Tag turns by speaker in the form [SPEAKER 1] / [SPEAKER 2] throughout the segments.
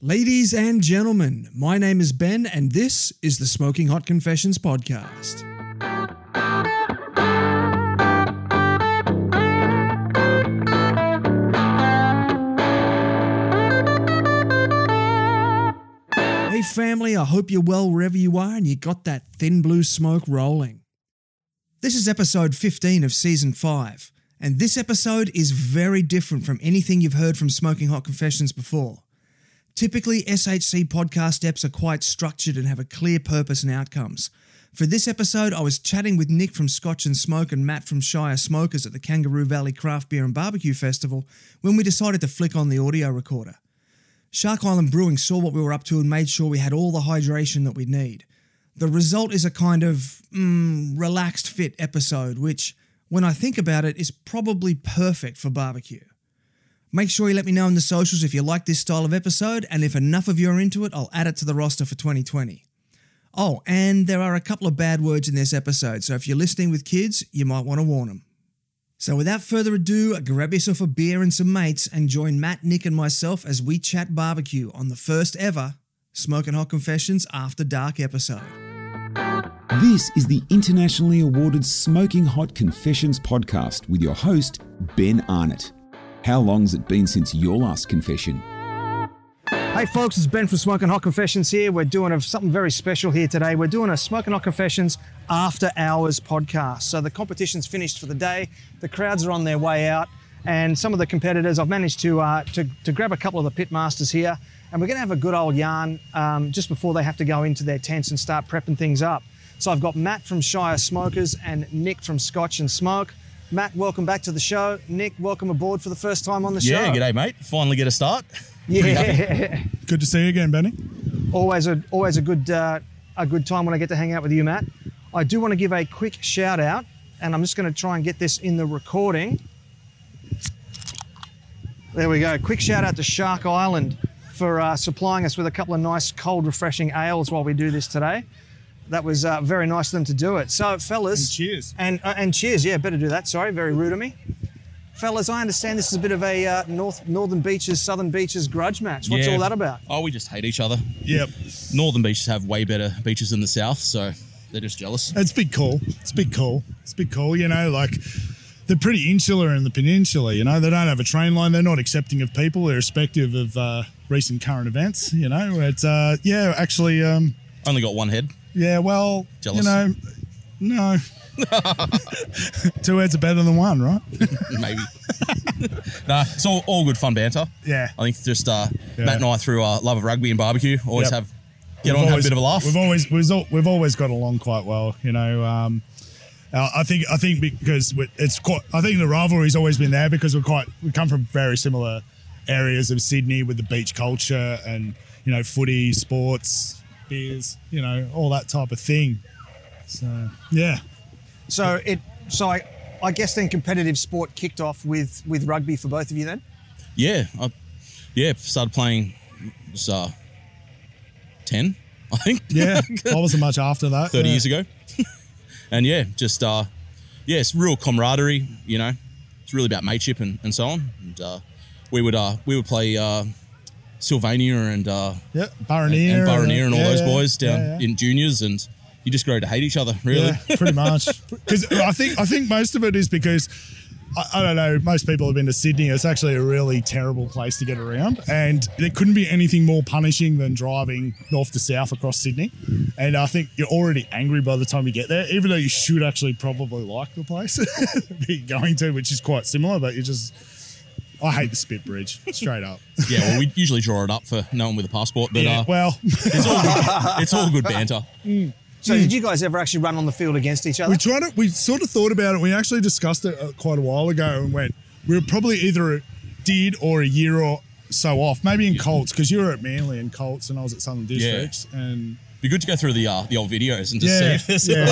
[SPEAKER 1] Ladies and gentlemen, my name is Ben, and this is the Smoking Hot Confessions Podcast. Hey, family, I hope you're well wherever you are and you got that thin blue smoke rolling. This is episode 15 of season 5, and this episode is very different from anything you've heard from Smoking Hot Confessions before. Typically, SHC podcast steps are quite structured and have a clear purpose and outcomes. For this episode, I was chatting with Nick from Scotch and Smoke and Matt from Shire Smokers at the Kangaroo Valley Craft Beer and Barbecue Festival when we decided to flick on the audio recorder. Shark Island Brewing saw what we were up to and made sure we had all the hydration that we'd need. The result is a kind of mm, relaxed fit episode, which, when I think about it, is probably perfect for barbecue. Make sure you let me know on the socials if you like this style of episode, and if enough of you are into it, I'll add it to the roster for 2020. Oh, and there are a couple of bad words in this episode, so if you're listening with kids, you might want to warn them. So, without further ado, grab yourself a beer and some mates and join Matt, Nick, and myself as we chat barbecue on the first ever Smoking Hot Confessions After Dark episode.
[SPEAKER 2] This is the internationally awarded Smoking Hot Confessions podcast with your host, Ben Arnott. How long's it been since your last confession?
[SPEAKER 1] Hey, folks, it's Ben from Smoking Hot Confessions here. We're doing a, something very special here today. We're doing a Smoking Hot Confessions after hours podcast. So the competition's finished for the day, the crowds are on their way out, and some of the competitors, I've managed to, uh, to, to grab a couple of the pit masters here, and we're going to have a good old yarn um, just before they have to go into their tents and start prepping things up. So I've got Matt from Shire Smokers and Nick from Scotch and Smoke. Matt, welcome back to the show. Nick, welcome aboard for the first time on the
[SPEAKER 3] Yeah,
[SPEAKER 1] show.
[SPEAKER 3] g'day, mate. Finally get a start.
[SPEAKER 1] Yeah.
[SPEAKER 4] Good to see you again, Benny.
[SPEAKER 1] always a always a good uh, a good time when I get to hang out with you, Matt. I do want to give a quick shout out, and I'm just going to try and get this in the recording. There we go. Quick shout out to Shark Island for uh, supplying us with a couple of nice, cold, refreshing ales while we do this today. That was uh, very nice of them to do it. So, fellas,
[SPEAKER 4] And cheers.
[SPEAKER 1] and uh, and cheers. Yeah, better do that. Sorry, very rude of me. Fellas, I understand this is a bit of a uh, North Northern Beaches, Southern Beaches grudge match. What's
[SPEAKER 3] Yeah.
[SPEAKER 1] all that about?
[SPEAKER 3] Oh, we just hate each other.
[SPEAKER 4] Yep.
[SPEAKER 3] Northern beaches have way better beaches than the south, so they're just jealous.
[SPEAKER 4] It's a big call. It's a big call. It's a big call, you know, like they're pretty insular in the peninsula, you know. They don't have a train line. They're not accepting of people, irrespective of uh, recent current events, you know. It's, uh, yeah, actually, um,
[SPEAKER 3] Only got one head.
[SPEAKER 4] yeah, well,
[SPEAKER 3] Jealous.
[SPEAKER 4] you know, no. Two heads are better than one, right?
[SPEAKER 3] Maybe. nah, it's all, all good fun banter.
[SPEAKER 4] Yeah.
[SPEAKER 3] I think it's just uh,
[SPEAKER 4] Yeah.
[SPEAKER 3] Matt and I, through our love of rugby and barbecue, always
[SPEAKER 4] Yep.
[SPEAKER 3] have get
[SPEAKER 4] We've
[SPEAKER 3] on,
[SPEAKER 4] always-
[SPEAKER 3] have a bit of a laugh.
[SPEAKER 4] We've always we've, al- we've always got along quite well, you know. Um, uh, I think I think because we- it's quite I think the rivalry's always been there because we're quite we come from very similar areas of Sydney with the beach culture and you know footy, sports, beers, you know all that type of thing. So yeah,
[SPEAKER 1] So it so I, I guess then competitive sport kicked off with with rugby for both of you then.
[SPEAKER 3] Yeah, I, yeah. Started playing. it Was uh, ten, I think.
[SPEAKER 4] yeah, I wasn't much after that.
[SPEAKER 3] 30
[SPEAKER 4] yeah.
[SPEAKER 3] years ago. and yeah, just, uh, yeah, it's real camaraderie, you know, it's really about mateship and, and so on. And, uh, we would, uh, we would play, uh, Sylvania and, uh,
[SPEAKER 4] Yeah, Baronier uh,
[SPEAKER 3] and Baronier and all
[SPEAKER 4] yeah,
[SPEAKER 3] those
[SPEAKER 4] yeah,
[SPEAKER 3] boys down
[SPEAKER 4] yeah, yeah.
[SPEAKER 3] in juniors and you just grow to hate each other, really.
[SPEAKER 4] Yeah, pretty much. Because I think I think most of it is because I, I don't know. Most people have been to Sydney. It's actually a really terrible place to get around, and there couldn't be anything more punishing than driving north to south across Sydney. And I think you're already angry by the time you get there, even though you should actually probably like the place that you're going to, which is quite similar. But you just, I hate the spit bridge straight up.
[SPEAKER 3] Yeah, well, we usually draw it up for no one with a passport, but,
[SPEAKER 4] Yeah,
[SPEAKER 3] uh,
[SPEAKER 4] well,
[SPEAKER 3] it's, all good, it's all good banter.
[SPEAKER 1] So
[SPEAKER 3] Hmm.
[SPEAKER 1] did you guys ever actually run on the field against each other?
[SPEAKER 4] We tried it. We sort of thought about it. We actually discussed it uh, quite a while ago and went. We were probably either did or a year or so off. Maybe in Colts because you were at Manly and Colts, and I was at Southern Districts. And
[SPEAKER 3] Be good to go through the, uh, the old videos and just see,
[SPEAKER 4] yeah,
[SPEAKER 3] if there's,
[SPEAKER 4] yeah,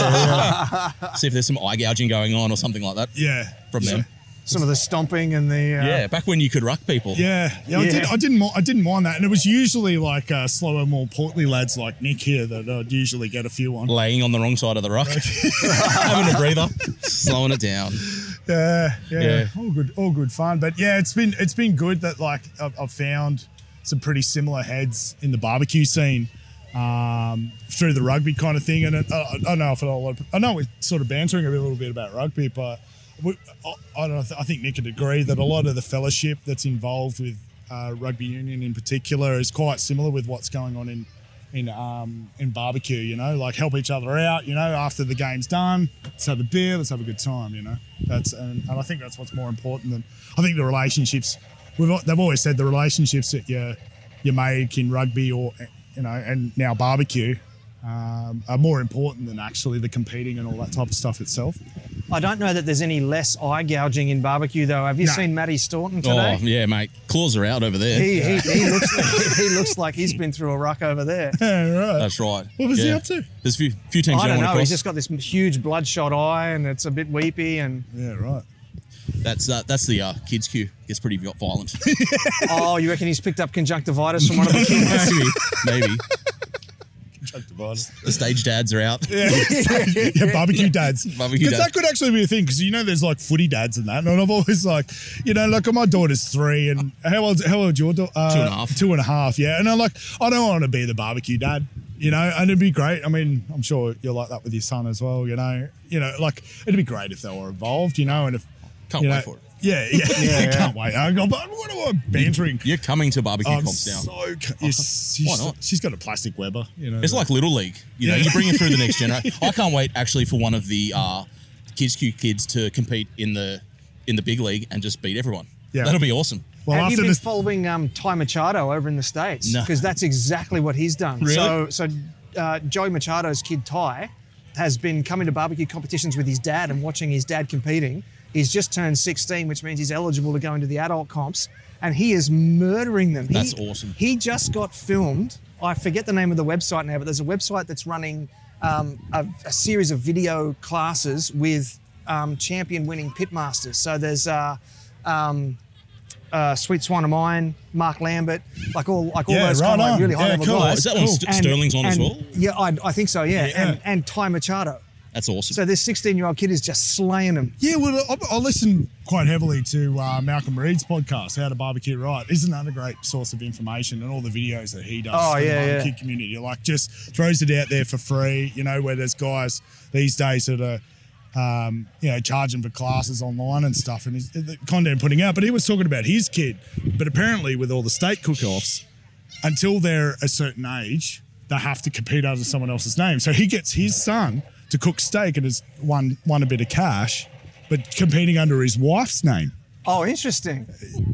[SPEAKER 4] yeah,
[SPEAKER 3] see if there's some eye gouging going on or something like that
[SPEAKER 4] yeah.
[SPEAKER 3] from them.
[SPEAKER 1] Some of the stomping and the uh,
[SPEAKER 3] Yeah, back when you could ruck people.
[SPEAKER 4] Yeah, yeah, I,
[SPEAKER 1] Yeah.
[SPEAKER 4] did, I didn't. mi- I didn't mind that, and it was usually like uh, slower, more portly lads like Nick here that I'd usually get a few on.
[SPEAKER 3] laying on the wrong side of the rock, having a breather, slowing it down.
[SPEAKER 4] Yeah, yeah,
[SPEAKER 3] Yeah.
[SPEAKER 4] all good, all good fun. But yeah, it's been it's been good that like I've, I've found some pretty similar heads in the barbecue scene um, through the rugby kind of thing. And it, uh, I don't know if it all, I know we're sort of bantering a little bit about rugby, but we, I, I don't. know, I think Nick would agree that a lot of the fellowship that's involved with uh, rugby union in particular is quite similar with what's going on in in um, in barbecue. You know, like help each other out. You know, after the game's done, let's have a beer, let's have a good time. You know, that's and, and I think that's what's more important than I think the relationships. We've al- they've always said the relationships that you you make in rugby or you know and now barbecue. Um, are more important than actually the competing and all that type of stuff itself.
[SPEAKER 1] I don't know that there's any less eye gouging in barbecue, though. Have you
[SPEAKER 4] No.
[SPEAKER 1] seen Matty Staunton
[SPEAKER 3] Oh
[SPEAKER 1] today?
[SPEAKER 3] yeah, mate. Claws are out over there.
[SPEAKER 1] He, he, he, looks like, he looks like he's been through a ruck over there.
[SPEAKER 4] Yeah, right.
[SPEAKER 3] That's right.
[SPEAKER 4] What was he
[SPEAKER 3] Yeah.
[SPEAKER 4] up to?
[SPEAKER 3] There's a few, few teams
[SPEAKER 1] I
[SPEAKER 3] you
[SPEAKER 1] don't
[SPEAKER 3] want
[SPEAKER 1] know.
[SPEAKER 3] to
[SPEAKER 1] He's
[SPEAKER 3] cross.
[SPEAKER 1] just got this bloodshot eye, and it's a bit weepy. And
[SPEAKER 4] Yeah, right.
[SPEAKER 3] That's uh, that's the uh, kids' cue. Gets pretty violent.
[SPEAKER 1] oh, you reckon he's picked up conjunctivitis from one of the kids?
[SPEAKER 3] maybe, maybe
[SPEAKER 4] Chuck divided.
[SPEAKER 3] the stage dads are out.
[SPEAKER 4] yeah, barbecue dads.
[SPEAKER 3] Barbecue
[SPEAKER 4] Because
[SPEAKER 3] dads.
[SPEAKER 4] that could actually be a thing. Because you know, there's like footy dads and that. And I've always like, you know, like my daughter's three, and how old? How old your daughter? Uh,
[SPEAKER 3] Two and a half.
[SPEAKER 4] Two and a half. Yeah. And I'm like, I don't want to be the barbecue dad. You know, and it'd be great. I mean, I'm sure you're like that with your son as well. You know, you know, like it'd be great if they were involved. You know, and if
[SPEAKER 3] Can't
[SPEAKER 4] you
[SPEAKER 3] wait
[SPEAKER 4] know-
[SPEAKER 3] for it.
[SPEAKER 4] Yeah, yeah, I can't wait. I go, but what am I bantering?
[SPEAKER 3] You're coming to barbecue
[SPEAKER 4] I'm
[SPEAKER 3] comps now.
[SPEAKER 4] so. c- yes,
[SPEAKER 3] Why
[SPEAKER 4] she's-
[SPEAKER 3] not?
[SPEAKER 4] she's got a plastic Weber. You know,
[SPEAKER 3] It's like Little League. You know,
[SPEAKER 4] Yeah.
[SPEAKER 3] you bring it through the next generation. I can't wait actually for one of the uh, kids' Q kids to compete in the in the big league and just beat everyone.
[SPEAKER 4] Yeah.
[SPEAKER 3] that'll be awesome.
[SPEAKER 4] well
[SPEAKER 1] Have you
[SPEAKER 4] after
[SPEAKER 1] been
[SPEAKER 4] this.
[SPEAKER 1] following um, Ty Machado over in the States?
[SPEAKER 3] No.
[SPEAKER 1] Because that's exactly what he's done.
[SPEAKER 3] Really?
[SPEAKER 1] So, so uh, Joey Machado's kid Ty has been coming to barbecue competitions with his dad and watching his dad competing. He's just turned 16, which means he's eligible to go into the adult comps, and he is murdering them. He-
[SPEAKER 3] That's awesome.
[SPEAKER 1] He just got filmed. I forget the name of the website now, but there's a website that's running um, a, a series of video classes with um, champion-winning pitmasters. So there's. Uh, um, uh, Sweet Swan of Mine, Mark Lambert, like all like all
[SPEAKER 4] Yeah,
[SPEAKER 1] those
[SPEAKER 4] right
[SPEAKER 1] kind of like
[SPEAKER 4] on.
[SPEAKER 1] really
[SPEAKER 4] Yeah,
[SPEAKER 1] high level
[SPEAKER 4] cool.
[SPEAKER 1] guys.
[SPEAKER 3] Is that one St- Sterling's on as
[SPEAKER 1] and-
[SPEAKER 3] well?
[SPEAKER 1] Yeah, I, I think so. Yeah,
[SPEAKER 4] Yeah.
[SPEAKER 1] And, and Ty Machado.
[SPEAKER 3] That's awesome.
[SPEAKER 1] So this 16 year old kid is just slaying them.
[SPEAKER 4] Yeah, well, I, I listen quite heavily to uh, Malcolm Reed's podcast, How to Barbecue Right. It's another great source of information and all the videos that he does
[SPEAKER 1] Oh,
[SPEAKER 4] for
[SPEAKER 1] yeah,
[SPEAKER 4] the
[SPEAKER 1] yeah.
[SPEAKER 4] barbecue community. Like, just throws it out there for free, you know, where there's guys these days that are, um, you know, charging for classes online and stuff and his, the content putting out. But he was talking about his kid. But apparently, with all the state cook offs, until they're a certain age, they have to compete under someone else's name. So he gets his son to cook steak and has won won a bit of cash, but competing under his wife's name.
[SPEAKER 1] Oh, interesting.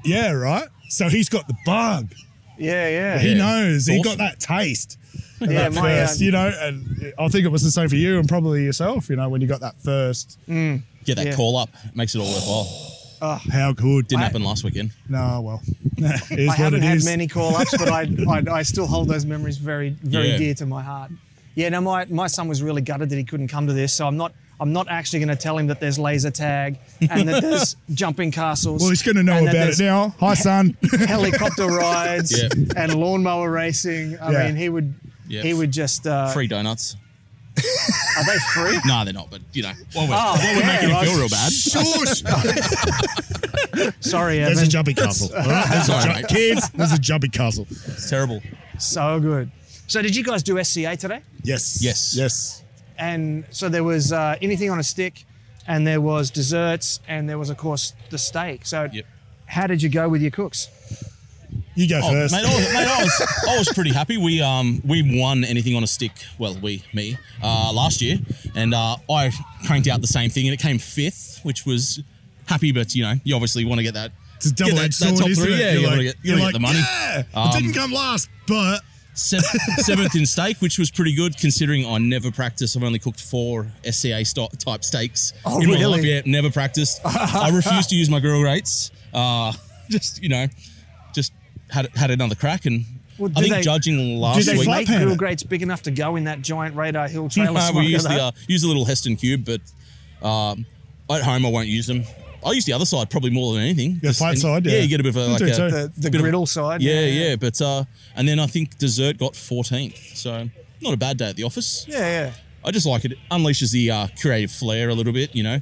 [SPEAKER 4] Yeah, right. So he's got the bug.
[SPEAKER 1] Yeah, yeah.
[SPEAKER 4] He
[SPEAKER 3] Yeah.
[SPEAKER 4] knows. He got
[SPEAKER 3] Awesome.
[SPEAKER 4] that taste.
[SPEAKER 1] Yeah,
[SPEAKER 4] that
[SPEAKER 1] my, uh,
[SPEAKER 4] first, you know, and I think it was the same for you and probably yourself. You know, when you got that first,
[SPEAKER 3] Get that
[SPEAKER 1] yeah.
[SPEAKER 3] call up. Makes it all worthwhile.
[SPEAKER 4] how good?
[SPEAKER 3] Didn't happen last weekend.
[SPEAKER 4] No, well, it is
[SPEAKER 1] I
[SPEAKER 4] what
[SPEAKER 1] haven't
[SPEAKER 4] it
[SPEAKER 1] had
[SPEAKER 4] is.
[SPEAKER 1] many call ups, but I, I I still hold those memories very very
[SPEAKER 3] Yeah.
[SPEAKER 1] dear to my heart. Yeah, no, my, my son was really gutted that he couldn't come to this, so I'm not I'm not actually going to tell him that there's laser tag and that there's jumping castles.
[SPEAKER 4] Well, he's going to know
[SPEAKER 1] and that
[SPEAKER 4] about it
[SPEAKER 1] there's-
[SPEAKER 4] now. Hi, son.
[SPEAKER 1] helicopter rides
[SPEAKER 3] Yeah.
[SPEAKER 1] and lawnmower racing. I
[SPEAKER 4] Yeah.
[SPEAKER 1] mean, he would
[SPEAKER 3] Yeah.
[SPEAKER 1] he would just uh,
[SPEAKER 3] Free donuts.
[SPEAKER 1] Are they free?
[SPEAKER 3] Nah, they're not. But you know, what would,
[SPEAKER 1] Oh,
[SPEAKER 3] what would
[SPEAKER 1] yeah,
[SPEAKER 3] make him
[SPEAKER 1] right.
[SPEAKER 3] feel real bad?
[SPEAKER 4] Shush.
[SPEAKER 1] Sorry,
[SPEAKER 4] There's a
[SPEAKER 1] Evan.
[SPEAKER 4] jumpy castle. All right, there's
[SPEAKER 3] Sorry,
[SPEAKER 4] a ju-
[SPEAKER 3] mate.
[SPEAKER 4] kids, there's a jumpy castle.
[SPEAKER 3] It's terrible.
[SPEAKER 1] So good. So did you guys do SCA today?
[SPEAKER 4] Yes.
[SPEAKER 3] Yes.
[SPEAKER 4] Yes.
[SPEAKER 1] And so there was uh, anything on a stick, and there was desserts, and there was of course the steak. So
[SPEAKER 3] Yep.
[SPEAKER 1] how did you go with your cooks?
[SPEAKER 4] You go
[SPEAKER 3] Oh,
[SPEAKER 4] first.
[SPEAKER 3] mate, I was, mate, I was, I was pretty happy. We um we won anything on a stick. Well, we me uh, last year, and uh, I cranked out the same thing, and it came fifth, which was happy. But you know, you obviously want to get that.
[SPEAKER 4] It's a
[SPEAKER 3] get that-
[SPEAKER 4] double edged
[SPEAKER 3] that
[SPEAKER 4] sword,
[SPEAKER 3] top
[SPEAKER 4] isn't
[SPEAKER 3] three.
[SPEAKER 4] it?
[SPEAKER 3] Yeah, you want to get, you
[SPEAKER 4] you're
[SPEAKER 3] wanna
[SPEAKER 4] like,
[SPEAKER 3] get the money. Um,
[SPEAKER 4] Yeah, it didn't come last, but
[SPEAKER 3] Sev- seventh in steak, which was pretty good considering I never practiced. I've only cooked four SCA sto- type steaks
[SPEAKER 1] Oh,
[SPEAKER 3] in my
[SPEAKER 1] really?
[SPEAKER 3] life. Yeah, never practiced. I refused to use my grill rates. Uh, just you know, just had had another crack, and
[SPEAKER 1] Well, do
[SPEAKER 3] I think
[SPEAKER 1] they-
[SPEAKER 3] judging
[SPEAKER 4] do
[SPEAKER 3] last
[SPEAKER 4] they
[SPEAKER 1] Did
[SPEAKER 3] week.
[SPEAKER 1] they make
[SPEAKER 4] Flatpan
[SPEAKER 1] grill
[SPEAKER 4] it.
[SPEAKER 1] grates big enough to go in that giant Radar Hill trailer?
[SPEAKER 3] No,
[SPEAKER 1] smoker
[SPEAKER 3] we use the
[SPEAKER 1] though?
[SPEAKER 3] uh, use the little Heston cube, but um, at home I won't use them. I use the other side probably more than anything.
[SPEAKER 4] The
[SPEAKER 3] Just-
[SPEAKER 4] flat
[SPEAKER 3] and-
[SPEAKER 4] side,
[SPEAKER 3] yeah.
[SPEAKER 4] yeah.
[SPEAKER 3] you get a bit of a, like
[SPEAKER 4] do
[SPEAKER 3] a
[SPEAKER 4] too.
[SPEAKER 1] the, the
[SPEAKER 3] bit of-
[SPEAKER 1] griddle side.
[SPEAKER 3] yeah, yeah. But uh, and then I think dessert got 14th, so not a bad day at the office.
[SPEAKER 1] yeah, yeah.
[SPEAKER 3] I just like it. It unleashes the uh, creative flair a little bit, you know.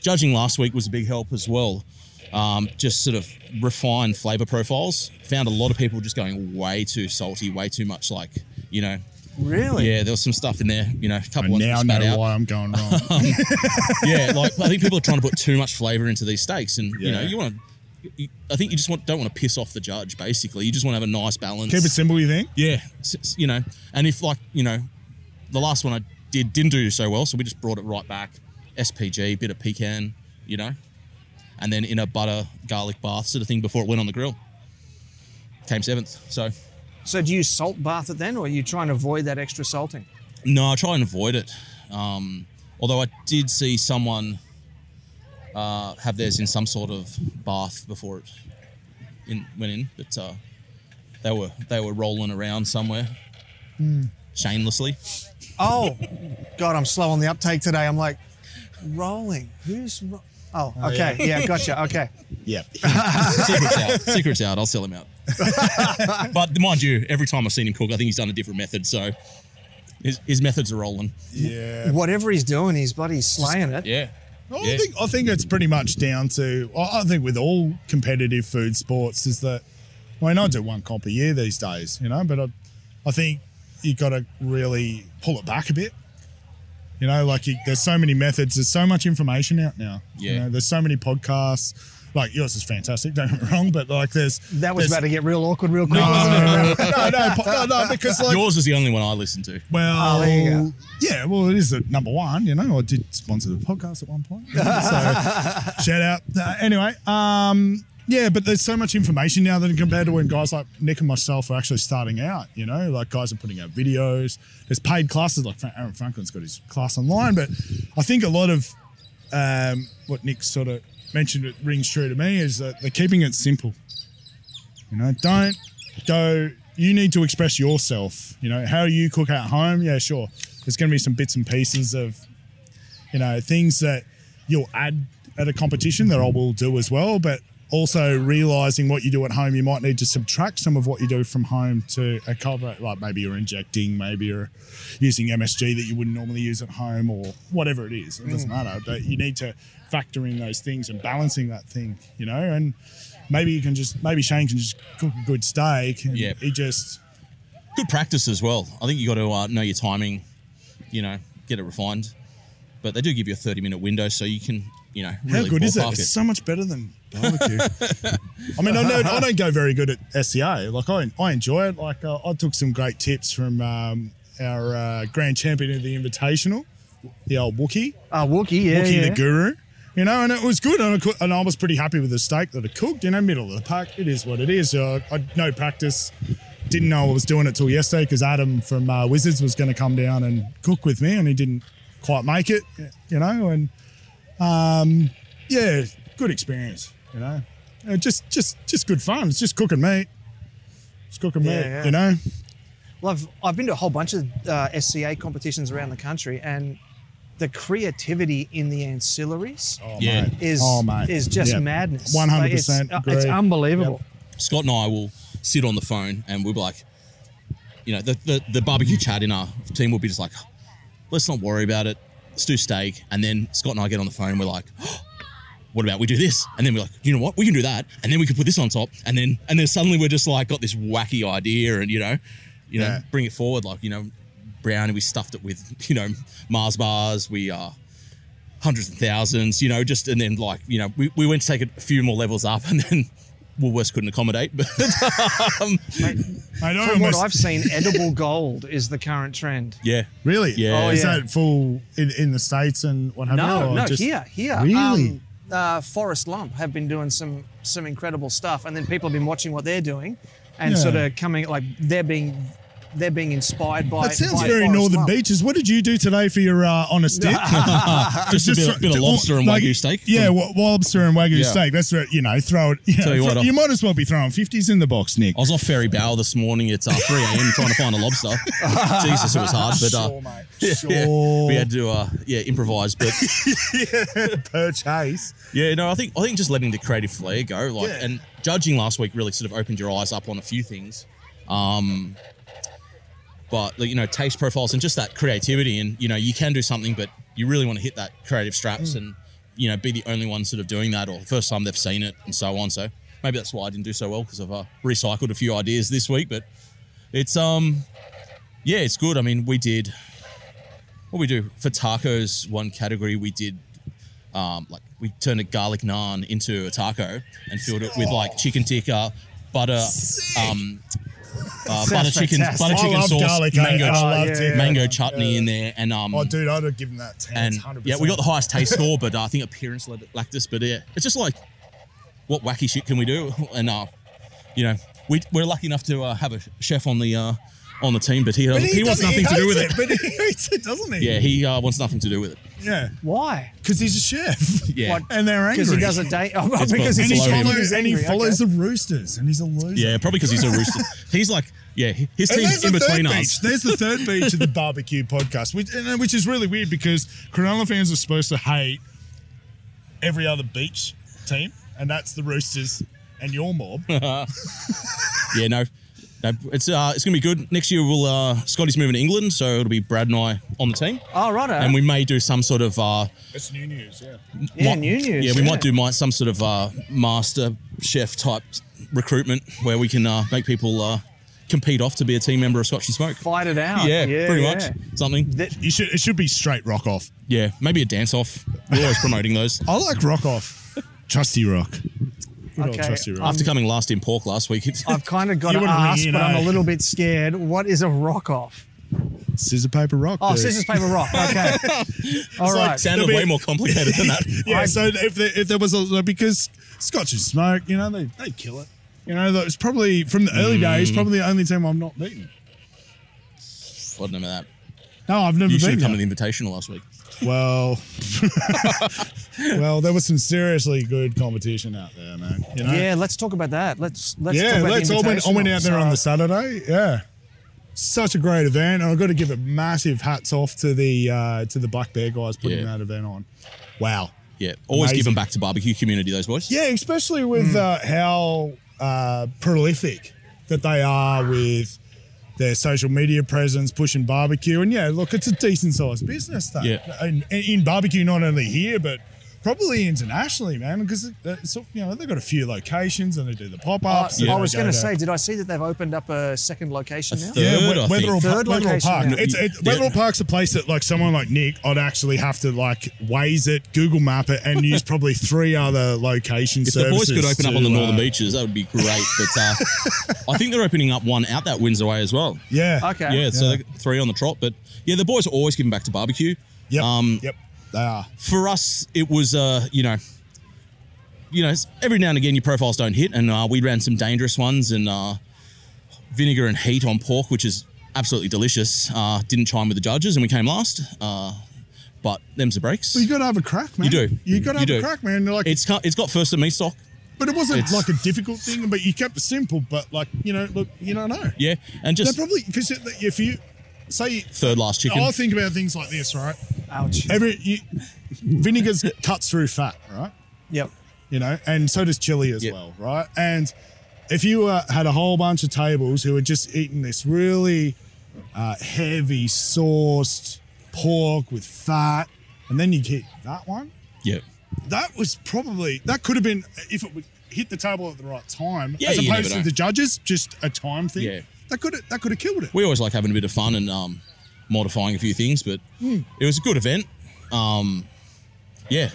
[SPEAKER 3] Judging last week was a big help as well. um, just sort of refined flavor profiles. Found a lot of people just going way too salty, way too much like, you know,
[SPEAKER 1] Really?
[SPEAKER 3] yeah, there was some stuff in there, you know, a couple
[SPEAKER 4] I
[SPEAKER 3] ones
[SPEAKER 4] now
[SPEAKER 3] that spat
[SPEAKER 4] know
[SPEAKER 3] out.
[SPEAKER 4] why I'm going wrong.
[SPEAKER 3] yeah, like I think people are trying to put too much flavor into these steaks, and you know,
[SPEAKER 2] Yeah.
[SPEAKER 3] you want to. I think you just want don't want to piss off the judge. Basically, you just want to have a nice balance.
[SPEAKER 4] Keep it simple, you think?
[SPEAKER 3] yeah, s- s- you know, and if like you know, the last one I did didn't do so well, so we just brought it right back. SPG, bit of pecan, you know, and then in a butter garlic bath sort of thing before it went on the grill. Came seventh, so
[SPEAKER 1] So do you salt bath it then, or are you trying to avoid that extra salting?
[SPEAKER 3] No, I try and avoid it. Um, although I did see someone uh, have theirs in some sort of bath before it in, went in, but uh, they were they were rolling around somewhere shamelessly.
[SPEAKER 1] Oh, God, I'm slow on the uptake today. I'm like, rolling. Who's. Ro- oh, okay. Yeah. gotcha. Okay.
[SPEAKER 2] Yeah.
[SPEAKER 3] Secrets out, secrets out. I'll sell him out. but mind you, every time I've seen him cook, I think he's done a different method. So his, his methods are rolling.
[SPEAKER 4] Yeah.
[SPEAKER 1] Whatever he's doing, he's bloody slaying it.
[SPEAKER 3] Yeah.
[SPEAKER 4] Well,
[SPEAKER 3] Yeah.
[SPEAKER 4] I think I think it's pretty much down to I I think with all competitive food sports is that I mean I do one comp a year these days, you know, but I I think you got to really pull it back a bit. You know, like you, there's so many methods, there's so much information out now. You
[SPEAKER 3] Yeah.
[SPEAKER 4] know, there's so many podcasts. Like yours is fantastic, don't get me wrong, but like there's
[SPEAKER 1] That was
[SPEAKER 4] there's,
[SPEAKER 1] about to get real awkward real quick. wasn't it?
[SPEAKER 4] no, no, no, po- no, no, because like
[SPEAKER 3] Yours is the only one I listen to.
[SPEAKER 4] well,
[SPEAKER 1] Oh, there you go.
[SPEAKER 4] yeah, well, it is at number one. You know, I did sponsor the podcast at one point. So shout out. Uh, anyway, um, yeah, but there's so much information now that compared to when guys like Nick and myself are actually starting out. You know, like guys are putting out videos. There's paid classes like Fra- Aaron Franklin's got his class online, but I think a lot of um, what Nick sort of mentioned it rings true to me is that they're keeping it simple. You know, don't go. You need to express yourself. You know, how you cook at home. Yeah, sure. There's going to be some bits and pieces of, you know, things that you'll add at a competition that I will do as well. But also realizing what you do at home, you might need to subtract some of what you do from home to accommodate. Like maybe you're injecting, maybe you're using MSG that you wouldn't normally use at home, or whatever it is. It doesn't matter. But you need to factor in those things and balancing that thing. You know, and maybe you can just maybe Shane can just cook a good steak and
[SPEAKER 3] Yep.
[SPEAKER 4] he just
[SPEAKER 3] good practice as well. I think you got to uh, know your timing, you know, get it refined. But they do give you a 30 minute window so you can, you know,
[SPEAKER 4] how
[SPEAKER 3] really
[SPEAKER 4] good is it?
[SPEAKER 3] ballpark
[SPEAKER 4] It's so much better than barbecue. I mean, I don't, I don't go very good at SEO. Like I, I enjoy it. Like uh, I took some great tips from um, our uh, grand champion of the Invitational, the old Wookie,
[SPEAKER 1] Uh, Wookie, yeah.
[SPEAKER 4] Wookie
[SPEAKER 1] yeah.
[SPEAKER 4] the Guru. You know, and it was good, and I, cou- and I was pretty happy with the steak that I cooked. You know, middle of the pack. It is what it is. Uh, I had no practice. Didn't know I was doing it till yesterday because Adam from uh, Wizards was going to come down and cook with me, and he didn't quite make it. You know, and um, yeah, good experience. You know, Uh, just just just good fun. It's just cooking meat. It's cooking meat.
[SPEAKER 1] Yeah, yeah.
[SPEAKER 4] You know,
[SPEAKER 1] Well, I've, I've been to a whole bunch of uh, SCA competitions around the country, and the creativity in the ancillaries
[SPEAKER 3] Yeah.
[SPEAKER 4] mate.
[SPEAKER 1] is
[SPEAKER 4] oh, mate.
[SPEAKER 1] is just
[SPEAKER 4] Yeah.
[SPEAKER 1] madness.
[SPEAKER 4] 100%
[SPEAKER 1] Like, it's, uh,
[SPEAKER 4] agree.
[SPEAKER 1] it's unbelievable.
[SPEAKER 3] Scott and I will sit on the phone and we'll be like, you know, the, the, the barbecue chat in our team will be just like, let's not worry about it. Let's do steak. And then Scott and I get on the phone. we're like, what about we do this? And then we're like, you know what? We can do that. And then we can put this on top. And then, and then suddenly we're just like, got this wacky idea and, you know, you know,
[SPEAKER 4] Yeah.
[SPEAKER 3] bring it forward. Like, you know, brownie, we stuffed it with, you know, Mars bars. We, uh, hundreds and thousands, you know, just and then like, you know, we, we went to take it a few more levels up and then Woolworths couldn't accommodate. But
[SPEAKER 4] Mate, I
[SPEAKER 1] From what
[SPEAKER 4] almost-
[SPEAKER 1] I've seen, edible gold is the current trend.
[SPEAKER 3] yeah.
[SPEAKER 4] really,
[SPEAKER 3] Yeah. Oh,
[SPEAKER 4] is
[SPEAKER 1] yeah.
[SPEAKER 4] that full in, in the states and what have you?
[SPEAKER 1] No,
[SPEAKER 4] or
[SPEAKER 1] no,
[SPEAKER 4] just-
[SPEAKER 1] here, here.
[SPEAKER 4] Really?
[SPEAKER 1] Um, uh, Forest Lump have been doing some some incredible stuff, and then people have been watching what they're doing, and
[SPEAKER 4] Yeah.
[SPEAKER 1] sort of coming like they're being they're being inspired by.
[SPEAKER 4] That sounds
[SPEAKER 1] by
[SPEAKER 4] very
[SPEAKER 1] Forest
[SPEAKER 4] Northern
[SPEAKER 1] Lump.
[SPEAKER 4] Beaches. What did you do today for your uh, on a stick?
[SPEAKER 3] Just a bit,
[SPEAKER 4] throw-
[SPEAKER 3] bit of lobster and
[SPEAKER 4] like,
[SPEAKER 3] wagyu steak.
[SPEAKER 4] Yeah, wa- lobster and wagyu
[SPEAKER 3] Yeah.
[SPEAKER 4] steak. That's right. You know, throw it. You, know,
[SPEAKER 3] Tell you what,
[SPEAKER 4] throw-
[SPEAKER 3] I'll-
[SPEAKER 4] you might as well be throwing fifties in the box, Nick.
[SPEAKER 3] I was off Ferry Bow this morning at uh, 3 a.m. trying to find a lobster. Jesus, it was hard, but uh,
[SPEAKER 4] sure, mate. Sure.
[SPEAKER 3] we had to uh, yeah improvise. But
[SPEAKER 4] purchase.
[SPEAKER 3] yeah, no, I think I think just letting the creative flair go, like,
[SPEAKER 4] Yeah.
[SPEAKER 3] and judging last week really sort of opened your eyes up on a few things. Um, but like, you know, taste profiles and just that creativity, and you know, you can do something, but you really want to hit that creative straps and you know, be the only one sort of doing that or first time they've seen it and so on. So maybe that's why I didn't do so well because I've uh, recycled a few ideas this week. But it's um, yeah, it's good. I mean, we did what we do for tacos. One category we did. Um, like we turned a garlic naan into a taco and filled it with like chicken tikka, butter, um, uh, butter chicken,
[SPEAKER 1] fantastic.
[SPEAKER 3] butter
[SPEAKER 1] I
[SPEAKER 3] chicken
[SPEAKER 4] love
[SPEAKER 3] sauce,
[SPEAKER 4] garlic, eh?
[SPEAKER 3] mango,
[SPEAKER 4] I love
[SPEAKER 3] chut-
[SPEAKER 4] tikka.
[SPEAKER 3] mango chutney
[SPEAKER 4] Yeah.
[SPEAKER 3] in there, and um,
[SPEAKER 4] Oh, dude, I'd have given that 10.
[SPEAKER 3] and
[SPEAKER 4] 100%.
[SPEAKER 3] yeah, we got the highest taste score, but uh, I think appearance led- lacked this. But yeah, it's just like, what wacky shit can we do? And uh, you know, we we're lucky enough to uh, have a chef on the uh, on the team, but he uh,
[SPEAKER 4] But
[SPEAKER 3] he, wants
[SPEAKER 4] doesn't-
[SPEAKER 3] nothing to do
[SPEAKER 4] hates
[SPEAKER 3] with it.
[SPEAKER 4] But he hates it, doesn't he?
[SPEAKER 3] Yeah, he uh, wants nothing to do with it.
[SPEAKER 4] Yeah.
[SPEAKER 1] Why?
[SPEAKER 4] Because he's a chef.
[SPEAKER 3] Yeah,
[SPEAKER 1] What?
[SPEAKER 4] And they're angry.
[SPEAKER 1] Because he does a date. Oh,
[SPEAKER 3] It's
[SPEAKER 1] because
[SPEAKER 3] both.
[SPEAKER 4] And he,
[SPEAKER 1] he's
[SPEAKER 3] Slow him.
[SPEAKER 4] follows, and he
[SPEAKER 1] angry, okay.
[SPEAKER 4] follows the roosters, and he's a loser.
[SPEAKER 3] yeah, probably because he's a rooster. he's like, yeah, his
[SPEAKER 4] And
[SPEAKER 3] team's
[SPEAKER 4] there's
[SPEAKER 3] in
[SPEAKER 4] the
[SPEAKER 3] between
[SPEAKER 4] third
[SPEAKER 3] us.
[SPEAKER 4] Beach. There's the third beach of the barbecue podcast, which, and, uh, which is really weird because Cronulla fans are supposed to hate every other beach team, and that's the Roosters and your mob.
[SPEAKER 3] Yeah, no. No, it's uh, it's gonna be good next year. We'll uh, Scotty's moving to England, so it'll be Brad and I on the team,
[SPEAKER 1] Oh, righto.
[SPEAKER 3] and we may do some sort of uh,
[SPEAKER 4] That's new news, yeah.
[SPEAKER 1] yeah,
[SPEAKER 3] might-
[SPEAKER 1] new news.
[SPEAKER 3] Yeah, we might do my, some sort of uh, master chef type recruitment where we can uh, make people uh, compete off to be a team member of Scotch and Smoke.
[SPEAKER 1] Fight it out.
[SPEAKER 3] Yeah, pretty
[SPEAKER 1] yeah.
[SPEAKER 3] much something.
[SPEAKER 1] That-
[SPEAKER 4] You should. It should be straight rock off.
[SPEAKER 3] Yeah, maybe a dance off. We're always promoting those.
[SPEAKER 4] I like rock off. Trusty rock. Good old
[SPEAKER 1] Okay,
[SPEAKER 4] trusty rock.
[SPEAKER 3] After coming last in pork last week, it's,
[SPEAKER 1] I've kind of got
[SPEAKER 4] You
[SPEAKER 1] to
[SPEAKER 4] wouldn't
[SPEAKER 1] ask,
[SPEAKER 4] really
[SPEAKER 1] but I'm
[SPEAKER 4] know.
[SPEAKER 1] a little bit scared. What is a rock off?
[SPEAKER 4] scissor paper rock.
[SPEAKER 1] Oh,
[SPEAKER 4] dude.
[SPEAKER 1] scissors, paper, rock. Okay. All
[SPEAKER 4] like
[SPEAKER 1] right.
[SPEAKER 3] sounded
[SPEAKER 4] There'll be-
[SPEAKER 3] way more complicated than that.
[SPEAKER 4] Yeah. so if there, if there was a because Scotch and Smoke, you know they they kill it. You know that was probably from the
[SPEAKER 3] Hmm.
[SPEAKER 4] early days. Probably the only team I'm not beaten.
[SPEAKER 3] What number that?
[SPEAKER 4] No, I've never
[SPEAKER 3] You should
[SPEAKER 4] been.
[SPEAKER 3] have come to the invitational last week.
[SPEAKER 4] Well, well, there was some seriously good competition out there, man. You know?
[SPEAKER 1] Yeah, let's talk about that. Let's let's
[SPEAKER 4] yeah.
[SPEAKER 1] Talk about
[SPEAKER 4] Let's.
[SPEAKER 1] the
[SPEAKER 4] I went, I went out there
[SPEAKER 1] Invitational.
[SPEAKER 4] on the
[SPEAKER 1] So-
[SPEAKER 4] Saturday. Yeah, such a great event, and I've got to give a massive hats off to the uh, to the Black Bear guys putting
[SPEAKER 3] Yeah.
[SPEAKER 4] that event on. Wow.
[SPEAKER 3] Yeah, always
[SPEAKER 4] Amazing.
[SPEAKER 3] give them back to barbecue community. Those boys.
[SPEAKER 4] Yeah, especially with
[SPEAKER 3] Hmm.
[SPEAKER 4] uh, how uh, prolific that they are with their social media presence, pushing barbecue. And yeah, look, it's a decent sized business, though.
[SPEAKER 3] Yeah.
[SPEAKER 4] In, in barbecue, not only here, but probably internationally, man, because so, you know, they've got a few locations and they do the pop
[SPEAKER 1] I,
[SPEAKER 4] ups.
[SPEAKER 1] I was going to say, did I see that they've opened up a second location now?
[SPEAKER 3] third,
[SPEAKER 4] Yeah,
[SPEAKER 3] I
[SPEAKER 4] we- Wetherill,
[SPEAKER 3] think.
[SPEAKER 4] Pa-
[SPEAKER 1] Third
[SPEAKER 4] Wetherill
[SPEAKER 1] location
[SPEAKER 4] Park.
[SPEAKER 1] now.
[SPEAKER 4] It's, it,
[SPEAKER 3] Yeah.
[SPEAKER 4] Wetherill Park's a place that, like, someone like Nick, I'd actually have to like ways it, Google Map it, and use probably three other location
[SPEAKER 3] If the boys
[SPEAKER 4] services
[SPEAKER 3] could open up
[SPEAKER 4] to,
[SPEAKER 3] on the northern
[SPEAKER 4] uh,
[SPEAKER 3] beaches, that would be great. But uh, I think they're opening up one out that Windsor way as well.
[SPEAKER 4] Yeah.
[SPEAKER 1] Okay.
[SPEAKER 3] Yeah, so they're three on the trot. But yeah, the boys are always giving back to barbecue.
[SPEAKER 4] Yep.
[SPEAKER 3] Um,
[SPEAKER 4] yep. They are.
[SPEAKER 3] For us, it was uh, you know, you know, it's- every now and again your profiles don't hit, and uh, we ran some dangerous ones and uh, vinegar and heat on pork, which is absolutely delicious. Uh, didn't chime with the judges, and we came last. Uh, but them's the breaks.
[SPEAKER 4] you got to have a crack, man.
[SPEAKER 3] You do.
[SPEAKER 4] You got to
[SPEAKER 3] You
[SPEAKER 4] have
[SPEAKER 3] do.
[SPEAKER 4] a crack, man. Like,
[SPEAKER 3] It's got- it's got first at meat stock.
[SPEAKER 4] but it wasn't
[SPEAKER 3] it's-
[SPEAKER 4] like a difficult thing. But you kept it simple. But like, you know, look, you don't know.
[SPEAKER 3] Yeah, and
[SPEAKER 4] They're
[SPEAKER 3] just
[SPEAKER 4] probably because if you say,
[SPEAKER 3] third last chicken.
[SPEAKER 4] I think about things like this, right?
[SPEAKER 1] Ouch.
[SPEAKER 4] Every you, vinegar's cuts through fat, right?
[SPEAKER 1] Yep.
[SPEAKER 4] You know, and so does chili as
[SPEAKER 3] Yep.
[SPEAKER 4] well, right? And if you uh, had a whole bunch of tables who had just eaten this really uh, heavy sourced pork with fat, and then you get that one,
[SPEAKER 3] yeah.
[SPEAKER 4] that was probably that could have been if it would hit the table at the right time,
[SPEAKER 3] Yeah,
[SPEAKER 4] as
[SPEAKER 3] you never
[SPEAKER 4] opposed to
[SPEAKER 3] know.
[SPEAKER 4] the judges, just a time thing.
[SPEAKER 3] Yeah.
[SPEAKER 4] That could have, that could have killed it.
[SPEAKER 3] we always like having a bit of fun and um, modifying a few things, but
[SPEAKER 1] Hmm.
[SPEAKER 3] it was a good event. Um, yeah,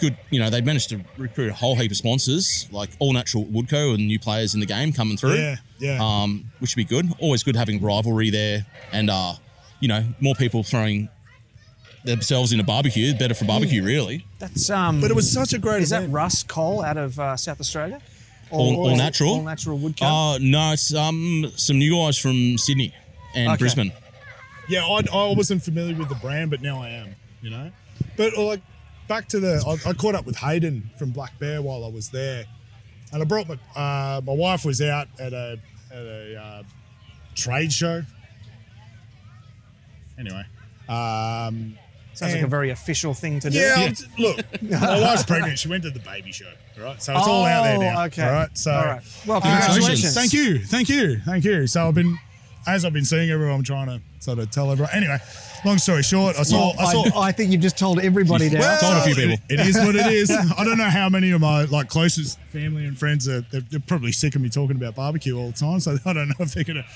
[SPEAKER 3] good. You know, they managed to recruit a whole heap of sponsors, like all natural Woodco and new players in the game coming through.
[SPEAKER 4] Yeah, yeah.
[SPEAKER 3] Um, which would be good. Always good having rivalry there, and uh, you know, more people throwing themselves in a barbecue. Better for barbecue,
[SPEAKER 1] Hmm.
[SPEAKER 3] really.
[SPEAKER 1] That's um.
[SPEAKER 4] But it was such a great
[SPEAKER 1] Is that
[SPEAKER 4] event.
[SPEAKER 1] Russ Cole out of uh, South Australia?
[SPEAKER 3] All, all
[SPEAKER 1] is it
[SPEAKER 3] natural.
[SPEAKER 1] All natural woodcut.
[SPEAKER 3] Uh, no, it's um, some new guys from Sydney and
[SPEAKER 1] Okay.
[SPEAKER 3] Brisbane.
[SPEAKER 4] Yeah, I, I wasn't familiar with the brand, but now I am. You know, but uh, like back to the, I, I caught up with Hayden from Black Bear while I was there, and I brought my uh, my wife was out at a at a uh, trade show. Anyway, um,
[SPEAKER 1] Sounds like a
[SPEAKER 4] and-
[SPEAKER 1] very official thing to do.
[SPEAKER 4] Yeah, I'm t- look, my wife's pregnant. She went to the baby show, right? So it's all out there
[SPEAKER 1] Oh,
[SPEAKER 4] now.
[SPEAKER 1] okay.
[SPEAKER 4] All right. So,
[SPEAKER 1] All right. Well,
[SPEAKER 4] Uh,
[SPEAKER 1] congratulations.
[SPEAKER 4] Thank you, thank you, thank you. So I've been as I've been seeing everyone, I'm trying to sort of tell everyone. Anyway, long story short, I saw. I saw.
[SPEAKER 1] I, I think you've just told everybody now.
[SPEAKER 3] Well- Told a few people.
[SPEAKER 4] It, it is what it is. I don't know how many of my like closest family and friends are. They're, they're probably sick of me talking about barbecue all the time, so I don't know if they're gonna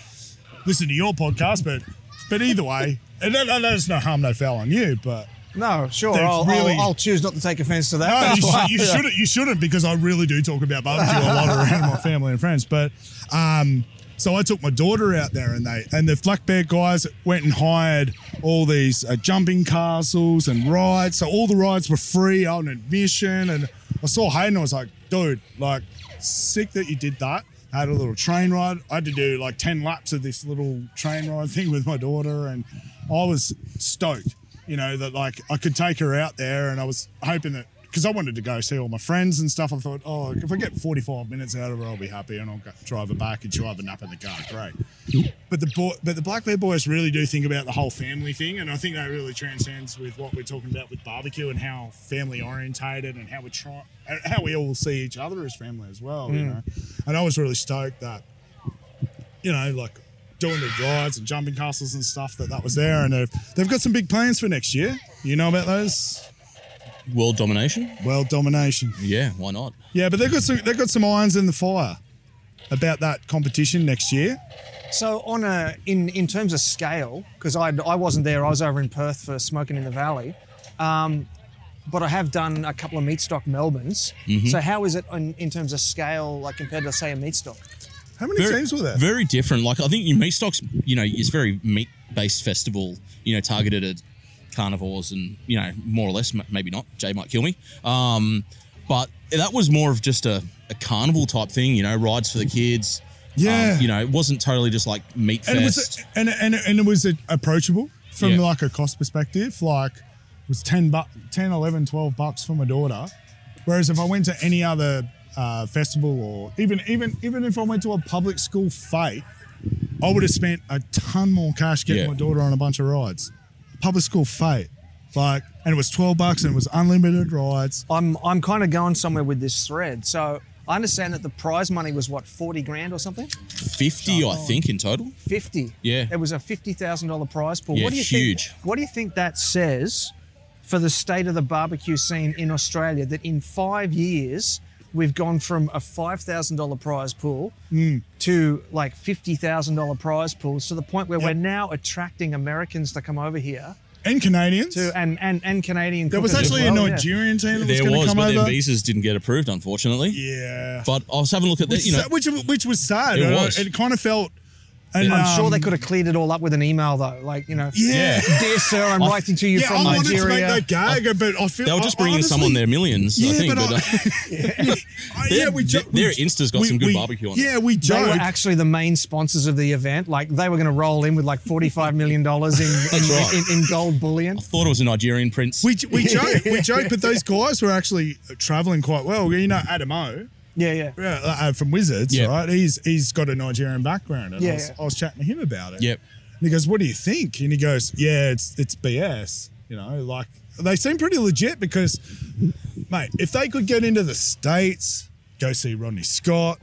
[SPEAKER 4] listen to your podcast. But but either way, and no, no, no, there's no harm, no foul on you. But
[SPEAKER 1] no, sure.
[SPEAKER 4] That's
[SPEAKER 1] I'll,
[SPEAKER 4] really-
[SPEAKER 1] I'll, I'll choose not to take offence to
[SPEAKER 4] no,
[SPEAKER 1] that.
[SPEAKER 4] you, should, you shouldn't. You shouldn't because I really do talk about barbecue a lot around my family and friends. But um, so I took my daughter out there, and they and the Black Bear guys went and hired all these uh, jumping castles and rides. So all the rides were free on admission, and I saw Hayden. I was like, dude, like sick that you did that. I had a little train ride. I had to do like ten laps of this little train ride thing with my daughter, and I was stoked you know, that like I could take her out there and I was hoping that because I wanted to go see all my friends and stuff. I thought, oh, if I get 45 minutes out of her, I'll be happy and I'll go, drive her back and she'll have a nap in the car. Great. But the boy, but the Black Bear Boys really do think about the whole family thing. And I think that really transcends with what we're talking about with barbecue and how family orientated and how we try, and how we all see each other as family as well, you know. And I was really stoked that you know, like doing the rides and jumping castles and stuff that that was there. And they've, they've got some big plans for next year. You know about those?
[SPEAKER 3] World domination?
[SPEAKER 4] World domination.
[SPEAKER 3] Yeah, why not?
[SPEAKER 4] Yeah, but they've got some they've got some irons in the fire about that competition next year.
[SPEAKER 1] So on a in in terms of scale, because I I wasn't there, I was over in Perth for smoking in the valley, um, but I have done a couple of meat stock Melbournes. So how is it in, in terms of scale, like compared to say a meat stock?
[SPEAKER 4] How many teams were there?
[SPEAKER 3] Very different. Like I think your meat stocks, you know, is very meat-based festival. You know, targeted at carnivores and you know more or less, m- maybe not. Jay might kill me. Um, but that was more of just a, a carnival type thing. You know, rides for the kids.
[SPEAKER 4] Yeah.
[SPEAKER 3] Um, you know, it wasn't totally just like meat
[SPEAKER 4] and it
[SPEAKER 3] fest.
[SPEAKER 4] was and and and it was approachable from
[SPEAKER 3] Yeah.
[SPEAKER 4] like a cost perspective. Like it was 10, bu- 10 11, 12 bucks for my daughter. Whereas if I went to any other uh, festival or even even even if I went to a public school fete, I would have spent a ton more cash getting
[SPEAKER 3] Yeah.
[SPEAKER 4] my daughter on a bunch of rides. Public school fete, like, and it was twelve bucks and it was unlimited rides.
[SPEAKER 1] I'm I'm kind of going somewhere with this thread. So I understand that the prize money was what forty grand or something,
[SPEAKER 3] Fifty,
[SPEAKER 4] Oh.
[SPEAKER 3] I think, in total.
[SPEAKER 1] fifty.
[SPEAKER 3] Yeah.
[SPEAKER 1] it was a fifty thousand dollar prize pool.
[SPEAKER 3] Yeah,
[SPEAKER 1] what do you
[SPEAKER 3] huge.
[SPEAKER 1] Think, what do you think that says for the state of the barbecue scene in Australia? That in five years we've gone from a five thousand dollar prize pool
[SPEAKER 4] Mm.
[SPEAKER 1] to like fifty thousand dollar prize pools to the point where we're now attracting Americans to come over here
[SPEAKER 4] And Canadians.
[SPEAKER 1] to and and and Canadian.
[SPEAKER 4] there was
[SPEAKER 1] cookers as
[SPEAKER 4] actually
[SPEAKER 1] well,
[SPEAKER 4] a
[SPEAKER 1] yeah.
[SPEAKER 4] Nigerian team that was
[SPEAKER 3] There
[SPEAKER 4] going to
[SPEAKER 3] was,
[SPEAKER 4] come
[SPEAKER 3] but
[SPEAKER 4] over.
[SPEAKER 3] their visas didn't get approved, unfortunately.
[SPEAKER 4] yeah.
[SPEAKER 3] But I was having a look at that.
[SPEAKER 4] which,
[SPEAKER 3] You know,
[SPEAKER 4] which which was sad.
[SPEAKER 3] It
[SPEAKER 4] It,
[SPEAKER 3] was.
[SPEAKER 4] it kind of felt. And,
[SPEAKER 1] I'm sure
[SPEAKER 4] um,
[SPEAKER 1] they could have cleared it all up with an email though. Like, you know,
[SPEAKER 4] Yeah. Yeah.
[SPEAKER 1] dear sir, I'm writing to you
[SPEAKER 4] Yeah,
[SPEAKER 1] from
[SPEAKER 4] I wanted to make
[SPEAKER 1] Nigeria.
[SPEAKER 4] that gag, but I feel
[SPEAKER 3] they were just
[SPEAKER 4] I- I
[SPEAKER 3] bringing someone
[SPEAKER 4] honestly-
[SPEAKER 3] their millions. I
[SPEAKER 4] Yeah,
[SPEAKER 3] think,
[SPEAKER 4] but,
[SPEAKER 3] but, uh,
[SPEAKER 4] I,
[SPEAKER 3] their-
[SPEAKER 4] yeah, we jo-
[SPEAKER 3] their
[SPEAKER 4] we-
[SPEAKER 3] Insta's got
[SPEAKER 4] we-
[SPEAKER 3] some good
[SPEAKER 4] we-
[SPEAKER 3] barbecue on it.
[SPEAKER 4] Yeah, we
[SPEAKER 1] they
[SPEAKER 4] joke.
[SPEAKER 1] were actually the main sponsors of the event. Like they were going to roll in with like forty-five million dollars in in,
[SPEAKER 3] right.
[SPEAKER 1] in in gold bullion.
[SPEAKER 3] thought it was a Nigerian prince.
[SPEAKER 4] we, j- we joke, we joke, but those guys were actually traveling quite well. You know, Adam O.
[SPEAKER 1] Yeah, yeah.
[SPEAKER 4] Yeah, uh, from Wizards,
[SPEAKER 3] Yeah.
[SPEAKER 4] right? He's he's got a Nigerian background, and I,
[SPEAKER 1] Yeah,
[SPEAKER 4] was,
[SPEAKER 1] yeah.
[SPEAKER 4] I was chatting to him about it.
[SPEAKER 3] Yep.
[SPEAKER 4] And he goes, "What do you think?" And he goes, "Yeah, it's it's BS." You know, like they seem pretty legit because, mate, if they could get into the states, go see Rodney Scott.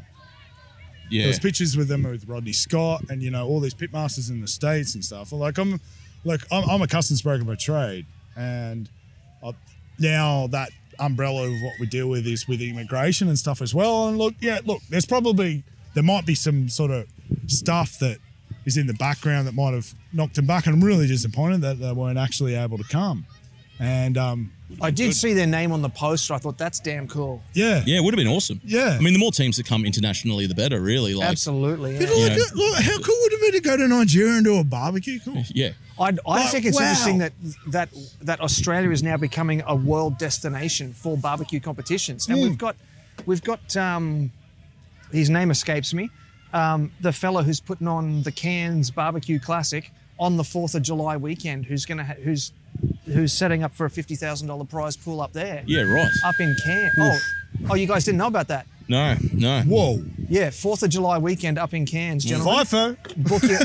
[SPEAKER 3] yeah.
[SPEAKER 4] There was pictures with them with Rodney Scott and you know all these pit masters in the states and stuff. Like I'm, like I'm, I'm a customs broker by trade, and I, now that umbrella of what we deal with is with immigration and stuff as well. And look, yeah, look, there's probably there might be some sort of stuff that is in the background that might have knocked them back. And I'm really disappointed that they weren't actually able to come. And um,
[SPEAKER 1] I did see their name on the poster. I thought that's damn cool.
[SPEAKER 4] yeah,
[SPEAKER 3] Yeah, it would have been awesome.
[SPEAKER 4] Yeah.
[SPEAKER 3] I mean, the more teams that come internationally, the better, really. Like,
[SPEAKER 1] Absolutely. yeah.
[SPEAKER 4] But look,
[SPEAKER 3] Yeah.
[SPEAKER 4] at- look, how cool would it be to go to Nigeria and do a barbecue? Cool.
[SPEAKER 3] Yeah.
[SPEAKER 1] I, I
[SPEAKER 4] Like,
[SPEAKER 1] think it's
[SPEAKER 4] wow.
[SPEAKER 1] interesting that that that Australia is now becoming a world destination for barbecue competitions,
[SPEAKER 4] Hmm.
[SPEAKER 1] and we've got we've got um, his name escapes me, um, the fellow who's putting on the Cairns Barbecue Classic on the Fourth of July weekend, who's gonna ha- who's who's setting up for a fifty thousand dollar prize pool up there,
[SPEAKER 3] Yeah, right.
[SPEAKER 1] up in Cairns. Oh, oh, you guys didn't know about that?
[SPEAKER 3] No, no.
[SPEAKER 4] Whoa.
[SPEAKER 1] Yeah, Fourth of July weekend up in Cairns, gentlemen.
[SPEAKER 4] FIFO.
[SPEAKER 1] Book your,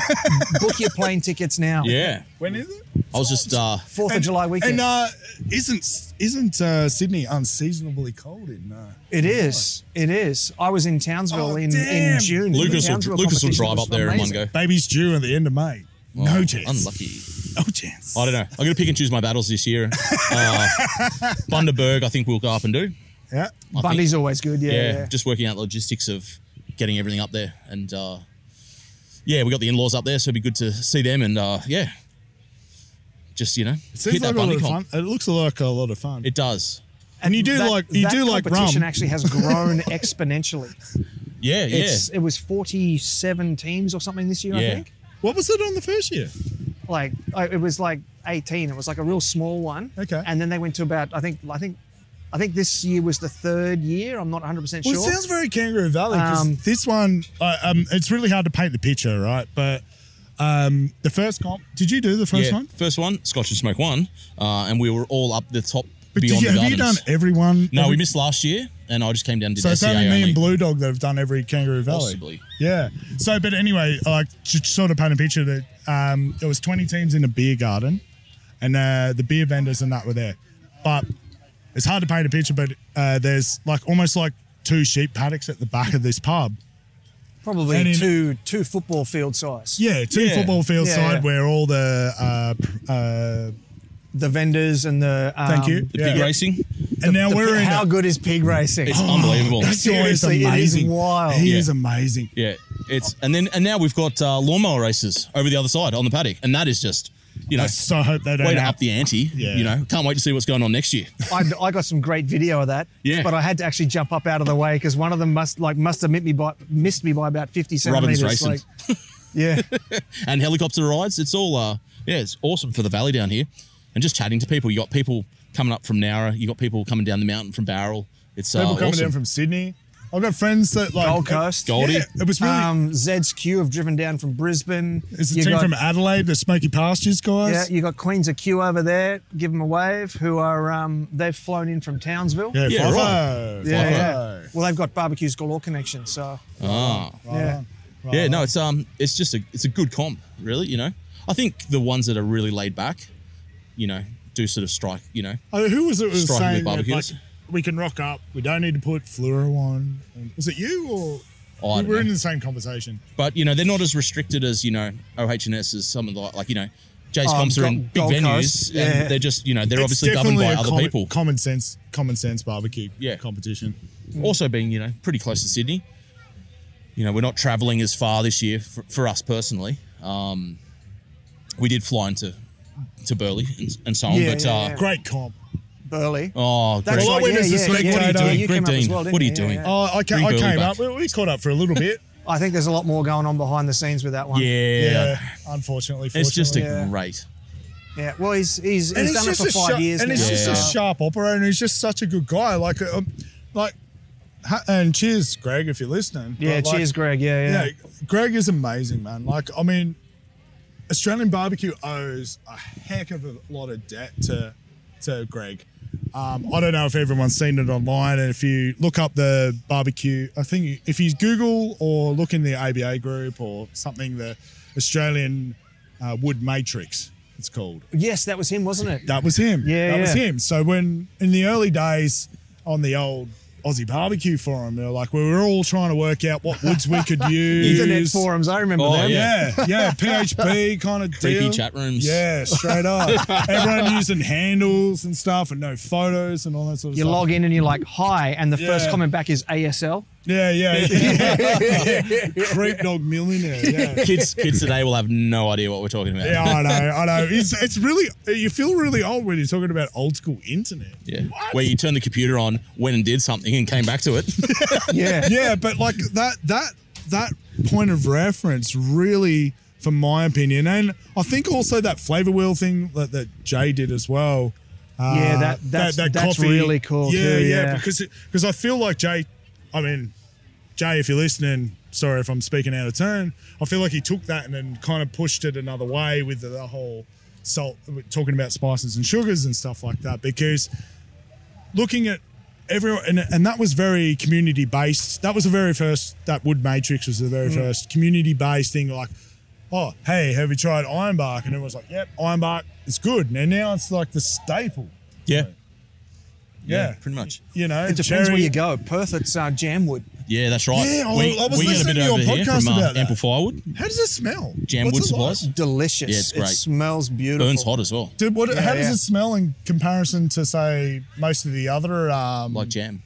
[SPEAKER 1] book your plane tickets now.
[SPEAKER 3] Yeah.
[SPEAKER 4] When is it?
[SPEAKER 3] I was just uh,
[SPEAKER 1] Fourth of July weekend.
[SPEAKER 4] And uh, isn't isn't uh, Sydney unseasonably cold in? Uh,
[SPEAKER 1] it is. It is. I was in Townsville
[SPEAKER 4] Oh,
[SPEAKER 1] in, in
[SPEAKER 4] damn.
[SPEAKER 1] June.
[SPEAKER 3] Lucas
[SPEAKER 1] The
[SPEAKER 3] will
[SPEAKER 1] Townsville
[SPEAKER 3] Lucas will
[SPEAKER 1] competition
[SPEAKER 3] drive
[SPEAKER 1] was
[SPEAKER 3] up there
[SPEAKER 1] amazing.
[SPEAKER 3] in one go.
[SPEAKER 4] Baby's due at the end of May.
[SPEAKER 3] Oh,
[SPEAKER 4] no chance.
[SPEAKER 3] Unlucky.
[SPEAKER 4] No chance.
[SPEAKER 3] I don't know. I'm going to pick and choose my battles this year. Uh, Bundaberg, I think we'll go up and do.
[SPEAKER 4] Yeah.
[SPEAKER 3] I think-
[SPEAKER 1] Bundy's always good. Yeah.
[SPEAKER 3] yeah,
[SPEAKER 1] yeah.
[SPEAKER 3] just working out the logistics of getting everything up there, and uh, yeah, we got the in-laws up there, so it'd be good to see them, and uh, yeah, just you know,
[SPEAKER 4] It seems
[SPEAKER 3] hit that
[SPEAKER 4] like a lot
[SPEAKER 3] Bundy
[SPEAKER 4] of
[SPEAKER 3] comp.
[SPEAKER 4] fun. It looks like a lot of fun.
[SPEAKER 3] It does.
[SPEAKER 4] and you do
[SPEAKER 1] That-
[SPEAKER 4] like you
[SPEAKER 1] that
[SPEAKER 4] do like rum.
[SPEAKER 1] competition actually has grown exponentially.
[SPEAKER 3] Yeah, yeah.
[SPEAKER 1] It's, it was 47 teams or something this year, I
[SPEAKER 3] Yeah.
[SPEAKER 1] think.
[SPEAKER 4] What was it on the first year?
[SPEAKER 1] Like I- it was like 18. It was like a real small one.
[SPEAKER 4] Okay.
[SPEAKER 1] And then they went to about I think I think I think this year was the third year. I'm not 100 percent
[SPEAKER 4] Well,
[SPEAKER 1] sure.
[SPEAKER 4] it sounds very Kangaroo Valley 'cause
[SPEAKER 1] Um,
[SPEAKER 4] this one, uh, um, it's really hard to paint the picture, right? But um, the first comp, did you do the first
[SPEAKER 3] yeah.
[SPEAKER 4] one?
[SPEAKER 3] First one, Scotch and Smoke one, uh, and we were all up the top
[SPEAKER 4] But did
[SPEAKER 3] beyond
[SPEAKER 4] you,
[SPEAKER 3] the
[SPEAKER 4] have you
[SPEAKER 3] gardens.
[SPEAKER 4] done everyone?
[SPEAKER 3] no,
[SPEAKER 4] every-
[SPEAKER 3] we missed last year, and I just came down and did
[SPEAKER 4] So it's
[SPEAKER 3] SCA
[SPEAKER 4] only
[SPEAKER 3] only.
[SPEAKER 4] me and Blue Dog that have done every Kangaroo Valley.
[SPEAKER 3] E. Possibly.
[SPEAKER 4] Yeah. So, but anyway, like to sort of paint a picture that um, there was 20 teams in a beer garden, and uh, the beer vendors and that were there. But it's hard to paint a picture. But uh, there's like almost like two sheep paddocks at the back of this pub.
[SPEAKER 1] Probably
[SPEAKER 4] And in-
[SPEAKER 1] two two football field size.
[SPEAKER 4] Yeah, two
[SPEAKER 3] Yeah.
[SPEAKER 4] football field
[SPEAKER 1] Yeah,
[SPEAKER 4] side
[SPEAKER 1] yeah.
[SPEAKER 4] where all the uh, pr- uh,
[SPEAKER 1] The vendors and the um,
[SPEAKER 4] Thank you.
[SPEAKER 3] the
[SPEAKER 4] Yeah.
[SPEAKER 3] pig
[SPEAKER 4] Yeah.
[SPEAKER 3] racing.
[SPEAKER 4] and now
[SPEAKER 1] the-
[SPEAKER 4] we're in.
[SPEAKER 1] how
[SPEAKER 4] a- Oh
[SPEAKER 1] good is pig racing?
[SPEAKER 3] It's unbelievable.
[SPEAKER 4] That guy is
[SPEAKER 1] Seriously, it is
[SPEAKER 4] amazing.
[SPEAKER 1] wild.
[SPEAKER 4] He
[SPEAKER 3] Yeah.
[SPEAKER 4] is amazing.
[SPEAKER 3] Yeah, it's and then and now we've got uh, lawnmower races over the other side on the paddock, and that is just you know
[SPEAKER 4] I so hope they don't.
[SPEAKER 3] way to
[SPEAKER 4] have-
[SPEAKER 3] up the ante.
[SPEAKER 4] Yeah.
[SPEAKER 3] You know, can't wait to see what's going on next year.
[SPEAKER 1] I, I got some great video of that.
[SPEAKER 3] Yeah.
[SPEAKER 1] But I had to actually jump up out of the way because one of them must like must have missed me by missed me by about fifty
[SPEAKER 3] Robin's
[SPEAKER 1] centimeters.
[SPEAKER 3] racing.
[SPEAKER 1] Like, yeah.
[SPEAKER 3] and helicopter rides. It's all uh, yeah, it's awesome for the valley down here, and just chatting to people. You got people coming up from Nowra. You got people coming down the mountain from Barrel. It's uh,
[SPEAKER 4] People coming
[SPEAKER 3] awesome.
[SPEAKER 4] down from Sydney. I've got friends that like
[SPEAKER 1] Gold Coast.
[SPEAKER 3] Goldie.
[SPEAKER 4] Yeah, it was really.
[SPEAKER 1] Um, Zed's Q have driven down from Brisbane.
[SPEAKER 4] it's a
[SPEAKER 1] You
[SPEAKER 4] team
[SPEAKER 1] got-
[SPEAKER 4] from Adelaide, the Smoky Pastures guys.
[SPEAKER 1] Yeah, you got Queens of Q over there. Give them a wave. Who are um, they've flown in from Townsville.
[SPEAKER 4] Yeah,
[SPEAKER 3] Yeah,
[SPEAKER 4] FIFO.
[SPEAKER 3] right.
[SPEAKER 1] yeah,
[SPEAKER 3] Fifo.
[SPEAKER 1] yeah. Well, they've got barbecues galore connections. So
[SPEAKER 3] Ah.
[SPEAKER 1] yeah, Oh,
[SPEAKER 3] yeah, no, it's um, it's just a it's a good comp, really. You know, I think the ones that are really laid back, you know, do sort of strike. You know,
[SPEAKER 4] Uh, who was it was
[SPEAKER 3] Striking
[SPEAKER 4] saying
[SPEAKER 3] with
[SPEAKER 4] that, like,
[SPEAKER 3] barbecues.
[SPEAKER 4] we can rock up. We don't need to put fluoro on. And- Was it you or
[SPEAKER 3] I
[SPEAKER 4] we
[SPEAKER 3] don't
[SPEAKER 4] were in
[SPEAKER 3] know.
[SPEAKER 4] the same conversation?
[SPEAKER 3] but you know they're not as restricted as you know OHS as some of the like you know. Jay's
[SPEAKER 1] Oh,
[SPEAKER 3] comps are in
[SPEAKER 1] Gold-
[SPEAKER 3] big
[SPEAKER 1] Gold
[SPEAKER 3] venues,
[SPEAKER 1] Coast, yeah.
[SPEAKER 3] and they're just you know they're
[SPEAKER 4] It's
[SPEAKER 3] obviously governed
[SPEAKER 4] definitely
[SPEAKER 3] by
[SPEAKER 4] a
[SPEAKER 3] other
[SPEAKER 4] common,
[SPEAKER 3] people.
[SPEAKER 4] Common sense, common sense barbecue
[SPEAKER 3] Yeah.
[SPEAKER 4] competition.
[SPEAKER 3] also being you know pretty close to Sydney. You know, we're not travelling as far this year for, for us personally. Um, we did fly into to Burleigh and, and so on,
[SPEAKER 1] Yeah,
[SPEAKER 3] but
[SPEAKER 1] yeah,
[SPEAKER 3] uh,
[SPEAKER 1] yeah.
[SPEAKER 4] Great comp.
[SPEAKER 1] Burley.
[SPEAKER 3] oh,
[SPEAKER 1] That's
[SPEAKER 3] Greg,
[SPEAKER 4] Well, I
[SPEAKER 1] right.
[SPEAKER 4] went
[SPEAKER 1] Yeah,
[SPEAKER 4] as a
[SPEAKER 1] yeah,
[SPEAKER 4] spectator.
[SPEAKER 1] yeah, yeah,
[SPEAKER 4] What are you
[SPEAKER 1] you
[SPEAKER 3] doing,
[SPEAKER 1] came up
[SPEAKER 3] Greg
[SPEAKER 1] as
[SPEAKER 3] Dean?
[SPEAKER 1] well, didn't
[SPEAKER 3] What are you
[SPEAKER 1] Yeah,
[SPEAKER 3] doing?
[SPEAKER 1] yeah.
[SPEAKER 4] Oh, I, ca-
[SPEAKER 3] Bring
[SPEAKER 4] I
[SPEAKER 3] Burley
[SPEAKER 4] came
[SPEAKER 3] back.
[SPEAKER 4] up. We, we caught up for a little bit.
[SPEAKER 1] I think there's a lot more going on behind the scenes with that one.
[SPEAKER 3] yeah,
[SPEAKER 4] unfortunately,
[SPEAKER 3] it's just a
[SPEAKER 4] fortunately.
[SPEAKER 1] Yeah.
[SPEAKER 3] great.
[SPEAKER 1] Yeah. Well, he's he's,
[SPEAKER 4] and
[SPEAKER 1] he's done it
[SPEAKER 4] just
[SPEAKER 1] for
[SPEAKER 4] a
[SPEAKER 1] five
[SPEAKER 4] sharp,
[SPEAKER 1] years
[SPEAKER 4] and
[SPEAKER 1] now.
[SPEAKER 4] it's just
[SPEAKER 3] Yeah.
[SPEAKER 4] a sharp operator, and he's just such a good guy. Like, um, like, ha- and cheers, Greg, if you're listening.
[SPEAKER 1] yeah.
[SPEAKER 4] But, like,
[SPEAKER 1] cheers, Greg. Yeah, yeah.
[SPEAKER 4] Yeah, Greg is amazing, man. Like, I mean, Australian barbecue owes a heck of a lot of debt to to Greg. Um, I don't know if everyone's seen it online, and if you look up the barbecue, I think you- if you Google or look in the ABA group or something, the Australian uh, Wood Matrix, it's called.
[SPEAKER 1] Yes, that was him, wasn't it?
[SPEAKER 4] That was him.
[SPEAKER 1] Yeah,
[SPEAKER 4] that was
[SPEAKER 1] yeah.
[SPEAKER 4] him. So when in the early days on the old Aussie barbecue forum, they were like, we were all trying to work out what woods we could use.
[SPEAKER 1] Internet forums. I remember
[SPEAKER 3] Oh,
[SPEAKER 1] them.
[SPEAKER 3] yeah.
[SPEAKER 4] Yeah, yeah, PHP kind of
[SPEAKER 3] Creepy
[SPEAKER 4] deal.
[SPEAKER 3] chat rooms.
[SPEAKER 4] Yeah, straight up. Everyone using handles and stuff, and no photos and all that sort of
[SPEAKER 1] You
[SPEAKER 4] stuff.
[SPEAKER 1] log in and you're like, "Hi," and the first
[SPEAKER 4] Yeah.
[SPEAKER 1] comment back is ASL.
[SPEAKER 4] yeah, yeah, yeah. Creep dog millionaire. Yeah.
[SPEAKER 3] Kids, kids today will have no idea what we're talking about.
[SPEAKER 4] Yeah, I know, I know. It's it's really you feel really old when you're talking about old school internet.
[SPEAKER 3] Yeah.
[SPEAKER 4] What?
[SPEAKER 3] where you turned the computer on, went and did something, and came back to it.
[SPEAKER 1] Yeah.
[SPEAKER 4] yeah, but like that that that point of reference really, from my opinion, and I think also that flavor wheel thing that, that Jay did as well. Uh,
[SPEAKER 1] Yeah, that- that's- that's really cool
[SPEAKER 4] Yeah,
[SPEAKER 1] too,
[SPEAKER 4] yeah,
[SPEAKER 1] yeah.
[SPEAKER 4] because it- because I feel like Jay. I mean, Jay, if you're listening, sorry if I'm speaking out of turn. I feel like he took that and then kind of pushed it another way with the, the whole salt, talking about spices and sugars and stuff like that. Because looking at everyone and, and that was very community based that was the very first that wood matrix was the very
[SPEAKER 1] Mm.
[SPEAKER 4] first community based thing like oh hey have you tried ironbark and everyone's like yep ironbark it's good and now it's like the staple
[SPEAKER 3] Yeah.
[SPEAKER 4] yeah,
[SPEAKER 3] Pretty much.
[SPEAKER 4] you know
[SPEAKER 1] It depends where you go. Perth, it's uh, jamwood.
[SPEAKER 3] Yeah, that's right.
[SPEAKER 4] Yeah, I- I was
[SPEAKER 3] we get a
[SPEAKER 4] listening
[SPEAKER 3] bit
[SPEAKER 4] to your
[SPEAKER 3] over here
[SPEAKER 4] podcast
[SPEAKER 3] from uh,
[SPEAKER 4] about that.
[SPEAKER 3] Ample Firewood.
[SPEAKER 4] how does it smell
[SPEAKER 3] Jam
[SPEAKER 4] What's
[SPEAKER 3] wood
[SPEAKER 4] it like?
[SPEAKER 3] supplies.
[SPEAKER 1] Delicious.
[SPEAKER 3] Yeah, it's great.
[SPEAKER 1] It smells beautiful.
[SPEAKER 3] Burns hot as well.
[SPEAKER 4] Dude, what, how does
[SPEAKER 1] yeah.
[SPEAKER 4] it smell in comparison to say most of the other um,
[SPEAKER 3] Like jam.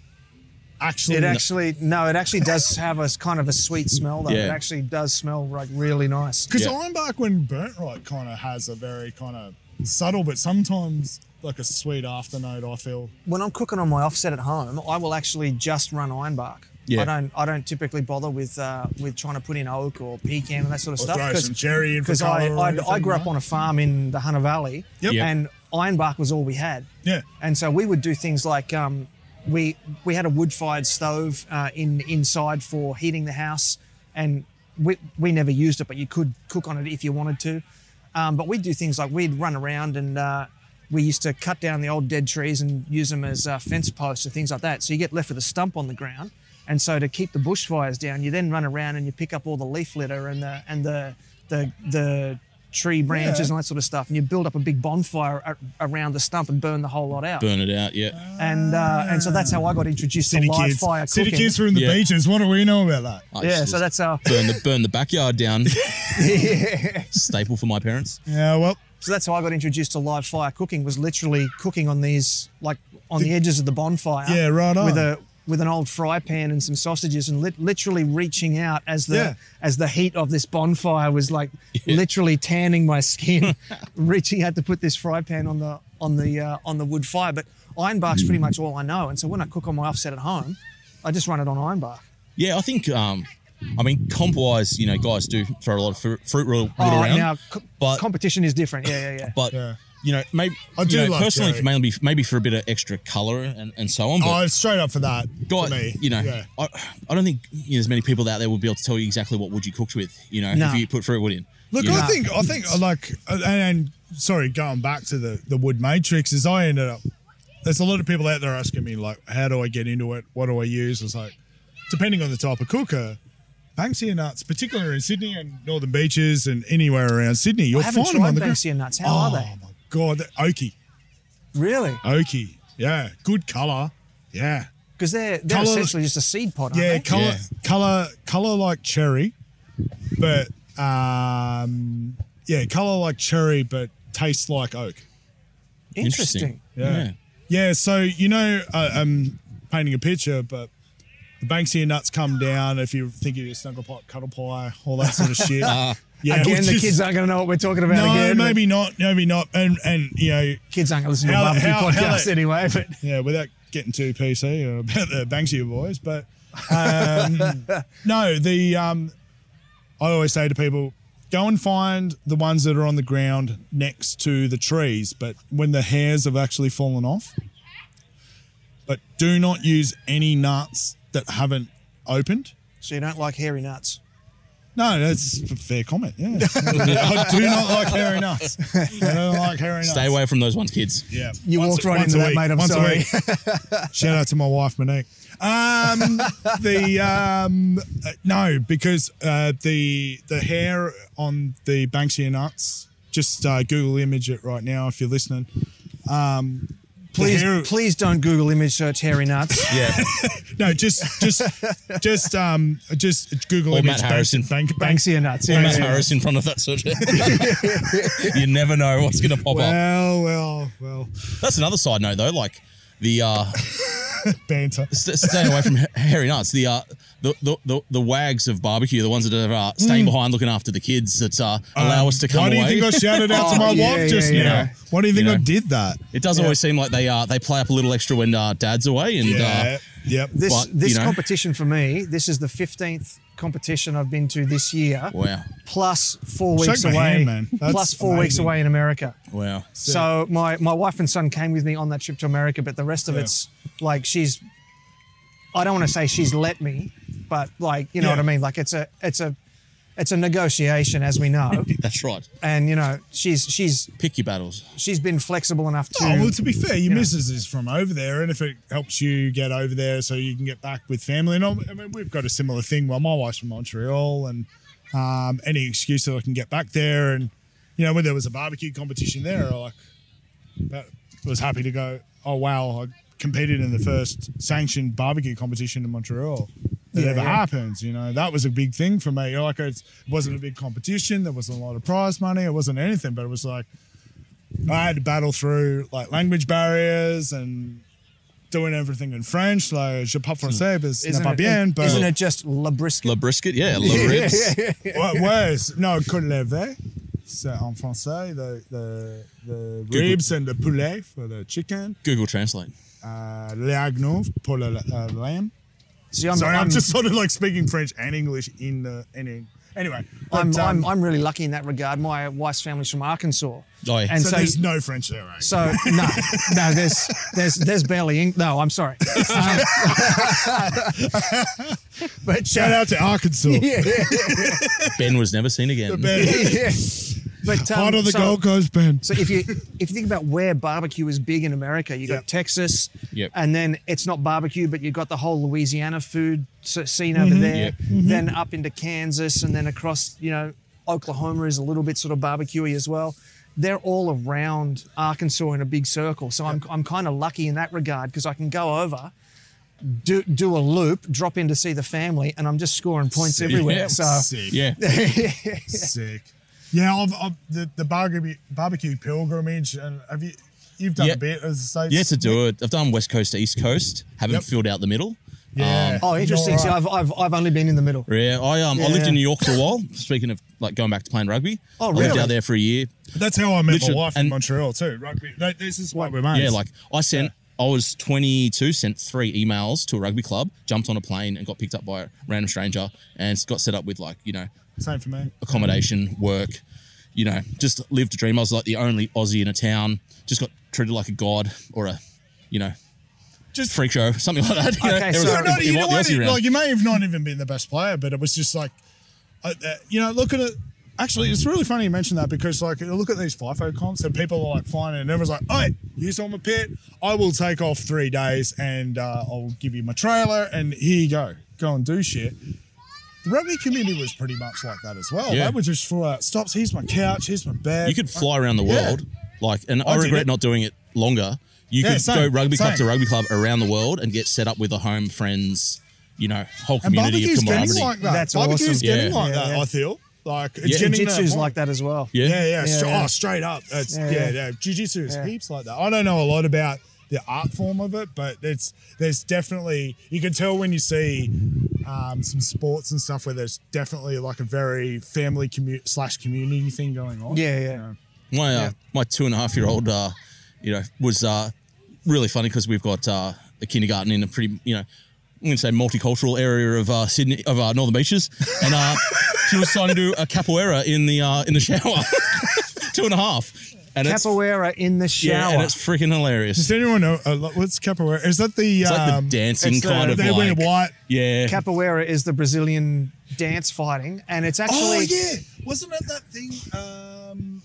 [SPEAKER 4] actually
[SPEAKER 1] It actually no, it actually does have a s- kind of a sweet smell though. It
[SPEAKER 3] Yeah.
[SPEAKER 1] actually does smell like really nice.
[SPEAKER 4] Because
[SPEAKER 3] Yeah.
[SPEAKER 4] Ironbark, when burnt right, kind of has a very kind of subtle, but sometimes like a sweet afternote. I feel
[SPEAKER 1] When I'm cooking on my offset at home, I will actually just run ironbark.
[SPEAKER 3] Yeah.
[SPEAKER 1] I don't I don't typically bother with uh, with trying to put in oak or pecan and that sort of
[SPEAKER 4] Or
[SPEAKER 1] stuff
[SPEAKER 4] throw some cherry in for
[SPEAKER 1] because I,
[SPEAKER 4] colour or
[SPEAKER 1] I, I
[SPEAKER 4] anything,
[SPEAKER 1] grew up
[SPEAKER 4] right?
[SPEAKER 1] on a farm in the Hunter Valley
[SPEAKER 4] Yep. Yep.
[SPEAKER 1] and ironbark was all we had.
[SPEAKER 4] yeah,
[SPEAKER 1] And so we would do things like um, we we had a wood-fired stove uh, in inside for heating the house, and we we never used it, but you could cook on it if you wanted to. Um, but we'd do things like we'd run around and uh, we used to cut down the old dead trees and use them as uh, fence posts or things like that. So you get left with a stump on the ground. And so to keep the bushfires down, you then run around and you pick up all the leaf litter and the and the the the tree branches
[SPEAKER 4] Yeah.
[SPEAKER 1] and that sort of stuff, and you build up a big bonfire ar- around the stump and burn the whole lot out.
[SPEAKER 3] Burn it out. Yeah.
[SPEAKER 1] And uh, and so that's how I got introduced
[SPEAKER 4] city
[SPEAKER 1] to live
[SPEAKER 4] kids,
[SPEAKER 1] fire
[SPEAKER 4] city
[SPEAKER 1] cooking.
[SPEAKER 4] kids from the
[SPEAKER 3] Yeah. Uh,
[SPEAKER 4] beaches. What do we know about that?
[SPEAKER 3] I
[SPEAKER 1] yeah,
[SPEAKER 3] just-
[SPEAKER 1] so that's uh, how
[SPEAKER 3] burn the burn the backyard down. Staple for my parents.
[SPEAKER 4] Yeah, well,
[SPEAKER 1] so that's how I got introduced to live fire cooking was literally cooking on these like on the edges of the bonfire.
[SPEAKER 4] Yeah, right
[SPEAKER 1] With
[SPEAKER 4] on.
[SPEAKER 1] a with an old fry pan and some sausages and lit literally reaching out as the
[SPEAKER 4] Yeah.
[SPEAKER 1] as the heat of this bonfire was like literally tanning my skin, reaching out to put this fry pan on the on the uh, on the wood fire. But ironbark's pretty much all I know, and so when I cook on my offset at home, I just run it on ironbark.
[SPEAKER 3] Yeah, I think. Um, I mean, comp wise, you know, guys do throw a lot of fru- fruit wood
[SPEAKER 1] Oh,
[SPEAKER 3] around.
[SPEAKER 1] now co-
[SPEAKER 3] but-
[SPEAKER 1] competition is different. Yeah, yeah, yeah.
[SPEAKER 3] but
[SPEAKER 4] Yeah.
[SPEAKER 3] you know, maybe
[SPEAKER 4] I do
[SPEAKER 3] you know,
[SPEAKER 4] like
[SPEAKER 3] personally
[SPEAKER 4] Jerry.
[SPEAKER 3] for mainly maybe for a bit of extra color and, and so on. But
[SPEAKER 4] oh, straight up for that.
[SPEAKER 3] guy-
[SPEAKER 4] for me,
[SPEAKER 3] you know,
[SPEAKER 4] Yeah.
[SPEAKER 3] I, I don't think you know, there's many people out there will be able to tell you exactly what wood you cooked with. You know,
[SPEAKER 1] No.
[SPEAKER 3] if you put fruit wood in.
[SPEAKER 4] Look,
[SPEAKER 3] you
[SPEAKER 4] I
[SPEAKER 3] know.
[SPEAKER 4] think I think I like uh, and, and sorry, going back to the the wood matrix is I ended up. There's a lot of people out there asking me like, how do I get into it? What do I use? It's like, depending on the type of cooker, Banksia nuts, particularly in Sydney and Northern Beaches and anywhere around Sydney, you'll
[SPEAKER 1] I haven't
[SPEAKER 4] find them
[SPEAKER 1] tried
[SPEAKER 4] on the ground.
[SPEAKER 1] Banksia nuts. How
[SPEAKER 4] oh
[SPEAKER 1] are they?
[SPEAKER 4] my god, they're oaky,
[SPEAKER 1] Really?
[SPEAKER 4] oaky, yeah, good color, yeah,
[SPEAKER 1] Because they're they're
[SPEAKER 4] Colour-
[SPEAKER 1] essentially just a seed pod, aren't
[SPEAKER 4] yeah,
[SPEAKER 1] they?
[SPEAKER 4] color,
[SPEAKER 3] Yeah.
[SPEAKER 4] color, color like cherry, but um, yeah, color like cherry, but tastes like oak.
[SPEAKER 1] Interesting.
[SPEAKER 3] Yeah.
[SPEAKER 4] Yeah, so you know, uh, I'm painting a picture, but the Banksia nuts come down. If you think of your snuggle pot, cuddle pie, all that sort of shit. yeah,
[SPEAKER 1] Again,
[SPEAKER 4] which
[SPEAKER 1] the
[SPEAKER 4] is-
[SPEAKER 1] kids aren't going to know what we're talking about.
[SPEAKER 4] No,
[SPEAKER 1] again, but
[SPEAKER 4] maybe not. Maybe not. And and you know,
[SPEAKER 1] kids aren't going to listen to a
[SPEAKER 4] How-
[SPEAKER 1] barbecue
[SPEAKER 4] how- how
[SPEAKER 1] podcast
[SPEAKER 4] they-
[SPEAKER 1] anyway. But
[SPEAKER 4] yeah, without getting too PC or about the Banksia boys, but um, no, the um, I always say to people, go and find the ones that are on the ground next to the trees, but when the hairs have actually fallen off. But do not use any nuts that haven't opened.
[SPEAKER 1] so you don't like hairy nuts.
[SPEAKER 4] No, that's a fair comment. Yeah, I do not like hairy nuts. I don't like hairy nuts.
[SPEAKER 3] Stay away from those ones, kids.
[SPEAKER 4] Yeah.
[SPEAKER 1] You walked right into
[SPEAKER 4] a
[SPEAKER 1] that, mate, I'm
[SPEAKER 4] once a
[SPEAKER 1] sorry.
[SPEAKER 4] week. Shout out to my wife, Monique. Um, the um, uh, no, because uh, the the hair on the Banksia nuts. Just uh, Google image it right now if you're listening. Um,
[SPEAKER 1] Please,
[SPEAKER 4] hair-
[SPEAKER 1] please don't Google image search hairy nuts.
[SPEAKER 3] Yeah,
[SPEAKER 4] No, just just just um, just Google
[SPEAKER 3] Or Matt
[SPEAKER 4] image
[SPEAKER 3] Harrison.
[SPEAKER 4] Banks- Bank,
[SPEAKER 1] Banksia nuts. Yeah,
[SPEAKER 3] Matt
[SPEAKER 1] yeah.
[SPEAKER 3] Harris in front of that sort of. you never know what's going to pop up.
[SPEAKER 4] Well, well, well.
[SPEAKER 3] That's another side note, though. Like the uh,
[SPEAKER 4] Banter.
[SPEAKER 3] st- staying away from ha- hairy nuts. The uh, the, the, the the wags of barbecue, the ones that are uh, staying behind looking after the kids that uh, allow us to come
[SPEAKER 4] Mm. Um, Why do
[SPEAKER 3] away.
[SPEAKER 4] you think I shouted out to my
[SPEAKER 1] Oh, yeah,
[SPEAKER 4] wife
[SPEAKER 1] yeah,
[SPEAKER 4] just
[SPEAKER 1] yeah.
[SPEAKER 4] now? Why do you think
[SPEAKER 3] You
[SPEAKER 4] I
[SPEAKER 3] know.
[SPEAKER 4] did that?
[SPEAKER 3] it does always seem like they uh, they play up a little extra when uh, dad's away, and
[SPEAKER 4] Yeah.
[SPEAKER 3] uh,
[SPEAKER 4] Yep.
[SPEAKER 1] This
[SPEAKER 3] But, you
[SPEAKER 1] this
[SPEAKER 3] know.
[SPEAKER 1] competition for me. This is the fifteenth competition I've been to this year.
[SPEAKER 3] wow,
[SPEAKER 1] Plus four
[SPEAKER 4] Shake
[SPEAKER 1] weeks
[SPEAKER 4] my
[SPEAKER 1] away.
[SPEAKER 4] hand, man. That's
[SPEAKER 1] plus four weeks
[SPEAKER 4] amazing.
[SPEAKER 1] away in America.
[SPEAKER 3] wow,
[SPEAKER 1] So my my wife and son came with me on that trip to America, but the rest of
[SPEAKER 4] Yeah.
[SPEAKER 1] it's like she's. I don't want to say she's let me, but like you know
[SPEAKER 4] Yeah.
[SPEAKER 1] what I mean. Like it's a it's a it's a negotiation, as we know.
[SPEAKER 3] That's right.
[SPEAKER 1] and you know, she's she's
[SPEAKER 3] Pick your battles.
[SPEAKER 1] she's been flexible enough to.
[SPEAKER 4] Oh, well, to be fair, your
[SPEAKER 1] know.
[SPEAKER 4] missus is from over there, and if it helps you get over there so you can get back with family, and I'm- I mean, we've got a similar thing. Well, my wife's from Montreal, and um, any excuse that I can get back there, and you know, when there was a barbecue competition there, I like that was happy to go. Oh wow, I competed in the first sanctioned barbecue competition in Montreal. That
[SPEAKER 1] Yeah,
[SPEAKER 4] ever
[SPEAKER 1] yeah.
[SPEAKER 4] happens, you know. That was a big thing for me. Like it's, it wasn't a big competition. There wasn't a lot of prize money. It wasn't anything, but it was like I had to battle through like language barriers and doing everything in French. Like je parle français, but c'est
[SPEAKER 1] isn't,
[SPEAKER 4] pas
[SPEAKER 1] it,
[SPEAKER 4] bien. But
[SPEAKER 1] isn't it just la brisket?
[SPEAKER 3] La brisket, yeah, la ribs.
[SPEAKER 4] what was no coulevé? So en français, the the the
[SPEAKER 3] Google.
[SPEAKER 4] ribs and the poulet for the chicken,
[SPEAKER 3] Google Translate.
[SPEAKER 4] uh, l'agneau pour le uh, lamb.
[SPEAKER 1] See, I'm,
[SPEAKER 4] Sorry, I'm,
[SPEAKER 1] I'm-
[SPEAKER 4] just sort of like speaking French and English in the in Eng- anyway. but,
[SPEAKER 1] I'm,
[SPEAKER 4] um,
[SPEAKER 1] I'm, I'm really lucky in that regard. My wife's family's from Arkansas.
[SPEAKER 3] Oh, yeah.
[SPEAKER 1] And
[SPEAKER 4] so,
[SPEAKER 1] so,
[SPEAKER 4] there's no French there, right?
[SPEAKER 1] so, no, no, there's there's there's barely Eng- no. I'm sorry, Um, but uh,
[SPEAKER 4] Shout out to Arkansas,
[SPEAKER 1] yeah, yeah,
[SPEAKER 3] Ben was never seen again.
[SPEAKER 4] Ben.
[SPEAKER 1] yeah. But um,
[SPEAKER 4] Part of the
[SPEAKER 1] so,
[SPEAKER 4] Gold Coast, Ben.
[SPEAKER 1] So if you if you think about where barbecue is big in America, you got
[SPEAKER 4] Yep.
[SPEAKER 1] Texas,
[SPEAKER 3] Yep.
[SPEAKER 1] and then it's not barbecue, but you've got the whole Louisiana food s- scene
[SPEAKER 4] Mm-hmm.
[SPEAKER 1] over there.
[SPEAKER 3] Yep.
[SPEAKER 1] Then up into Kansas, and then across you know Oklahoma is a little bit sort of barbecuey as well. They're all around Arkansas in a big circle, so I'm I'm kind of lucky in that regard because I can go over. Do, do a loop, drop in to see the family, and I'm just scoring points everywhere.
[SPEAKER 3] Yeah.
[SPEAKER 1] So
[SPEAKER 4] Sick.
[SPEAKER 3] Yeah.
[SPEAKER 4] Sick. Yeah, I've, I've, the the barbecue, barbecue pilgrimage, and have you you've done
[SPEAKER 3] Yeah.
[SPEAKER 4] a bit as the states?
[SPEAKER 3] Yeah, to do it. I've done West Coast to East Coast. Haven't
[SPEAKER 4] Yep.
[SPEAKER 3] filled out the middle. um,
[SPEAKER 4] Yeah.
[SPEAKER 1] oh, interesting.
[SPEAKER 4] You're
[SPEAKER 1] See,
[SPEAKER 4] right.
[SPEAKER 1] I've, I've I've only been in the middle.
[SPEAKER 3] Yeah, I um I lived
[SPEAKER 1] Yeah.
[SPEAKER 3] in New York for a while. Speaking of like going back to playing rugby,
[SPEAKER 1] Oh,
[SPEAKER 3] I lived
[SPEAKER 1] really?
[SPEAKER 3] out there for a year.
[SPEAKER 4] That's how I met my
[SPEAKER 3] Literally-
[SPEAKER 4] wife in
[SPEAKER 3] and-
[SPEAKER 4] Montreal too. Rugby. Like, this is what we're mates.
[SPEAKER 3] Yeah, like I sent. I was 22, sent three emails to a rugby club, jumped on a plane and got picked up by a random stranger and got set up with like, you know,
[SPEAKER 4] same for me.
[SPEAKER 3] accommodation, work, you know, just lived a dream. I was like the only Aussie in a town, just got treated like a god or a, you know, just freak show, something like that. You know,
[SPEAKER 1] Okay,
[SPEAKER 3] there was-
[SPEAKER 1] so-
[SPEAKER 4] No, no,
[SPEAKER 3] it
[SPEAKER 4] you, know
[SPEAKER 3] wasn't the
[SPEAKER 4] what,
[SPEAKER 3] Aussie round.
[SPEAKER 4] like, you may have not even been the best player, but it was just like, uh, uh, you know, look at it. Actually, it's really funny you mentioned that because, like, you look at these FIFO comps and people are like flying in and everyone's like, hey, you saw my pit. I will take off three days and uh, I'll give you my trailer and here you go. Go and do shit. The rugby community was pretty much like that as well.
[SPEAKER 3] Yeah.
[SPEAKER 4] They would just throw out stops. Here's my couch. Here's my bed.
[SPEAKER 3] you could fly around the
[SPEAKER 4] Yeah.
[SPEAKER 3] world, like, and I,
[SPEAKER 4] I did it.
[SPEAKER 3] regret not doing it longer. You
[SPEAKER 4] Yeah,
[SPEAKER 3] could
[SPEAKER 4] same,
[SPEAKER 3] go rugby club
[SPEAKER 4] same.
[SPEAKER 3] to rugby club around the world and get set up with a home, friends, you know, whole
[SPEAKER 4] And
[SPEAKER 3] community
[SPEAKER 4] barbecue's
[SPEAKER 3] of
[SPEAKER 4] getting
[SPEAKER 3] camaraderie.
[SPEAKER 4] like that.
[SPEAKER 1] That's
[SPEAKER 4] barbecue's
[SPEAKER 1] awesome.
[SPEAKER 4] getting
[SPEAKER 3] Yeah.
[SPEAKER 4] like
[SPEAKER 1] Yeah,
[SPEAKER 4] that,
[SPEAKER 1] yeah.
[SPEAKER 4] I feel. Like, it's
[SPEAKER 3] Yeah.
[SPEAKER 4] getting to that
[SPEAKER 1] Jitsu's
[SPEAKER 4] point.
[SPEAKER 1] like that as well.
[SPEAKER 3] yeah.
[SPEAKER 4] Yeah, yeah. stra-
[SPEAKER 1] yeah.
[SPEAKER 4] Oh, straight up. That's,
[SPEAKER 1] Yeah,
[SPEAKER 4] yeah,
[SPEAKER 1] yeah.
[SPEAKER 4] yeah. Jiu-jitsu is
[SPEAKER 1] Yeah.
[SPEAKER 4] heaps like that. I don't know a lot about the art form of it, but it's there's definitely you can tell when you see um, some sports and stuff where there's definitely like a very family commu- slash community thing going on.
[SPEAKER 1] Yeah, yeah.
[SPEAKER 4] You know?
[SPEAKER 3] My uh, my two and a half year old, uh, you know, was uh, really funny because we've got uh, a kindergarten in a pretty, you know, I'm going to say multicultural area of uh, Sydney of uh, Northern Beaches, and uh, she was trying to do a capoeira in the uh, in the shower, two and a half, and it's
[SPEAKER 1] Capoeira in the
[SPEAKER 3] yeah,
[SPEAKER 1] shower.
[SPEAKER 3] and it's freaking hilarious.
[SPEAKER 4] Does anyone know uh, lo- what's capoeira? Is that the
[SPEAKER 3] It's like
[SPEAKER 4] um,
[SPEAKER 3] the dancing
[SPEAKER 1] it's uh, the-
[SPEAKER 3] kind of
[SPEAKER 4] they wear
[SPEAKER 3] like
[SPEAKER 4] white?
[SPEAKER 3] yeah,
[SPEAKER 1] Capoeira is the Brazilian dance fighting, and it's actually
[SPEAKER 4] Oh yeah, wasn't it that thing? Um,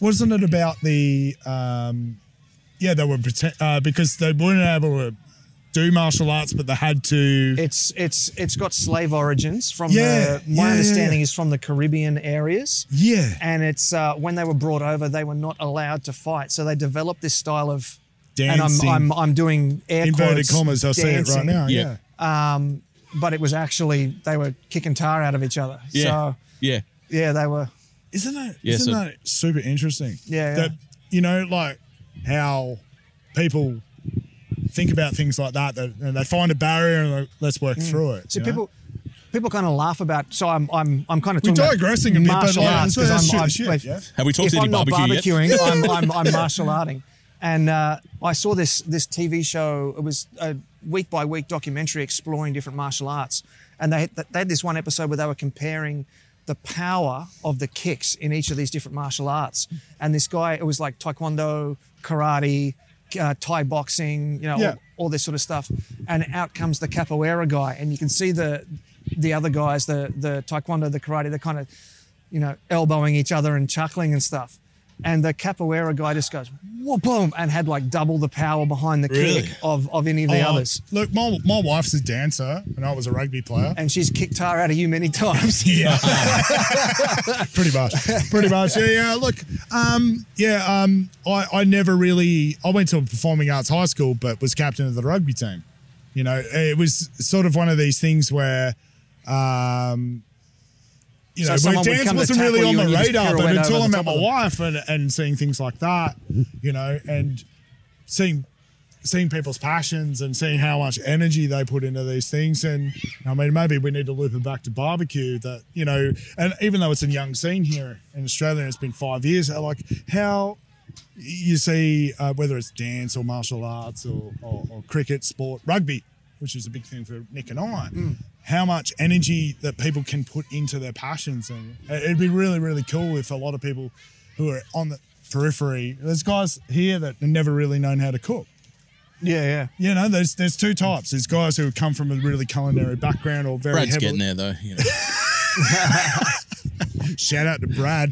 [SPEAKER 4] wasn't it about the? Um, yeah, they were pretend, uh, because they weren't able to do martial arts, but they had to.
[SPEAKER 1] it's it's it's got slave origins from
[SPEAKER 4] Yeah,
[SPEAKER 1] the my
[SPEAKER 4] yeah,
[SPEAKER 1] understanding
[SPEAKER 4] yeah.
[SPEAKER 1] is from the Caribbean areas.
[SPEAKER 4] yeah,
[SPEAKER 1] And it's uh, when they were brought over, they were not allowed to fight, so they developed this style of.
[SPEAKER 4] Dancing.
[SPEAKER 1] And I'm I'm I'm doing air
[SPEAKER 4] inverted
[SPEAKER 1] quotes,
[SPEAKER 4] commas. I see it
[SPEAKER 1] dancing,
[SPEAKER 4] right now.
[SPEAKER 3] Yeah.
[SPEAKER 4] Yeah,
[SPEAKER 1] But it was actually they were kicking tar out of each other.
[SPEAKER 3] yeah,
[SPEAKER 1] So
[SPEAKER 3] yeah.
[SPEAKER 1] yeah, they were.
[SPEAKER 4] isn't that?
[SPEAKER 3] Yeah,
[SPEAKER 4] not
[SPEAKER 3] so-
[SPEAKER 4] that super interesting?
[SPEAKER 1] Yeah,
[SPEAKER 4] that
[SPEAKER 1] yeah.
[SPEAKER 4] you know, like how people think about things like that, that and they find a barrier and like, let's work through it.
[SPEAKER 1] See,
[SPEAKER 4] you
[SPEAKER 1] Mm.
[SPEAKER 4] know?
[SPEAKER 1] people people kind of laugh about. So I'm I'm I'm kind of talking
[SPEAKER 4] digressing a
[SPEAKER 1] about
[SPEAKER 4] bit,
[SPEAKER 1] martial
[SPEAKER 4] but like,
[SPEAKER 1] arts
[SPEAKER 4] that's
[SPEAKER 1] because
[SPEAKER 4] shit,
[SPEAKER 1] I'm, I'm
[SPEAKER 4] shit,
[SPEAKER 1] like,
[SPEAKER 4] yeah.
[SPEAKER 3] Have we talked
[SPEAKER 1] if
[SPEAKER 3] to any
[SPEAKER 1] I'm not
[SPEAKER 3] barbecue yet?
[SPEAKER 1] barbecuing, I'm, I'm I'm martial arting, and uh, I saw this this TV show. It was a week by week documentary exploring different martial arts, and they they had this one episode where they were comparing the power of the kicks in each of these different martial arts, and this guy it was like taekwondo, karate, uh, Thai boxing, you know,
[SPEAKER 4] Yeah.
[SPEAKER 1] all, all this sort of stuff. And out comes the capoeira guy, and you can see the the other guys, the the taekwondo, the karate, they're kind of, you know, elbowing each other and chuckling and stuff. And the capoeira guy just goes whoop boom and had like double the power behind the
[SPEAKER 3] Really?
[SPEAKER 1] kick of, of any of the
[SPEAKER 4] Oh,
[SPEAKER 1] others.
[SPEAKER 4] Look, my, my wife's a dancer and I was a rugby player.
[SPEAKER 1] And she's kicked tar out of you many times.
[SPEAKER 4] Yeah. pretty much. Pretty much. Yeah, yeah. Look, um, yeah, um, I, I never really I went to a performing arts high school but was captain of the rugby team. You know, it was sort of one of these things where um you
[SPEAKER 1] So
[SPEAKER 4] know, where
[SPEAKER 1] someone would
[SPEAKER 4] dance
[SPEAKER 1] come to
[SPEAKER 4] wasn't
[SPEAKER 1] tackle
[SPEAKER 4] really on
[SPEAKER 1] you
[SPEAKER 4] the
[SPEAKER 1] and you just
[SPEAKER 4] radar, but
[SPEAKER 1] pirouette
[SPEAKER 4] until
[SPEAKER 1] over
[SPEAKER 4] I
[SPEAKER 1] the
[SPEAKER 4] met
[SPEAKER 1] top
[SPEAKER 4] my
[SPEAKER 1] of them.
[SPEAKER 4] wife and, and seeing things like that, you know, and seeing seeing people's passions and seeing how much energy they put into these things. And I mean, maybe we need to loop it back to barbecue that, you know, and even though it's a young scene here in Australia and it's been five years, like how you see, uh, whether it's dance or martial arts or, or, or cricket, sport, rugby, which is a big thing for Nick and I, how much energy that people can put into their passions. And it- it'd be really, really cool if a lot of people who are on the periphery, there's guys here that have never really known how to cook.
[SPEAKER 1] yeah, yeah.
[SPEAKER 4] You know, there's there's two types. There's guys who come from a really culinary background or very
[SPEAKER 3] Brad's
[SPEAKER 4] heavily.
[SPEAKER 3] getting there though. You know.
[SPEAKER 4] Shout out to Brad.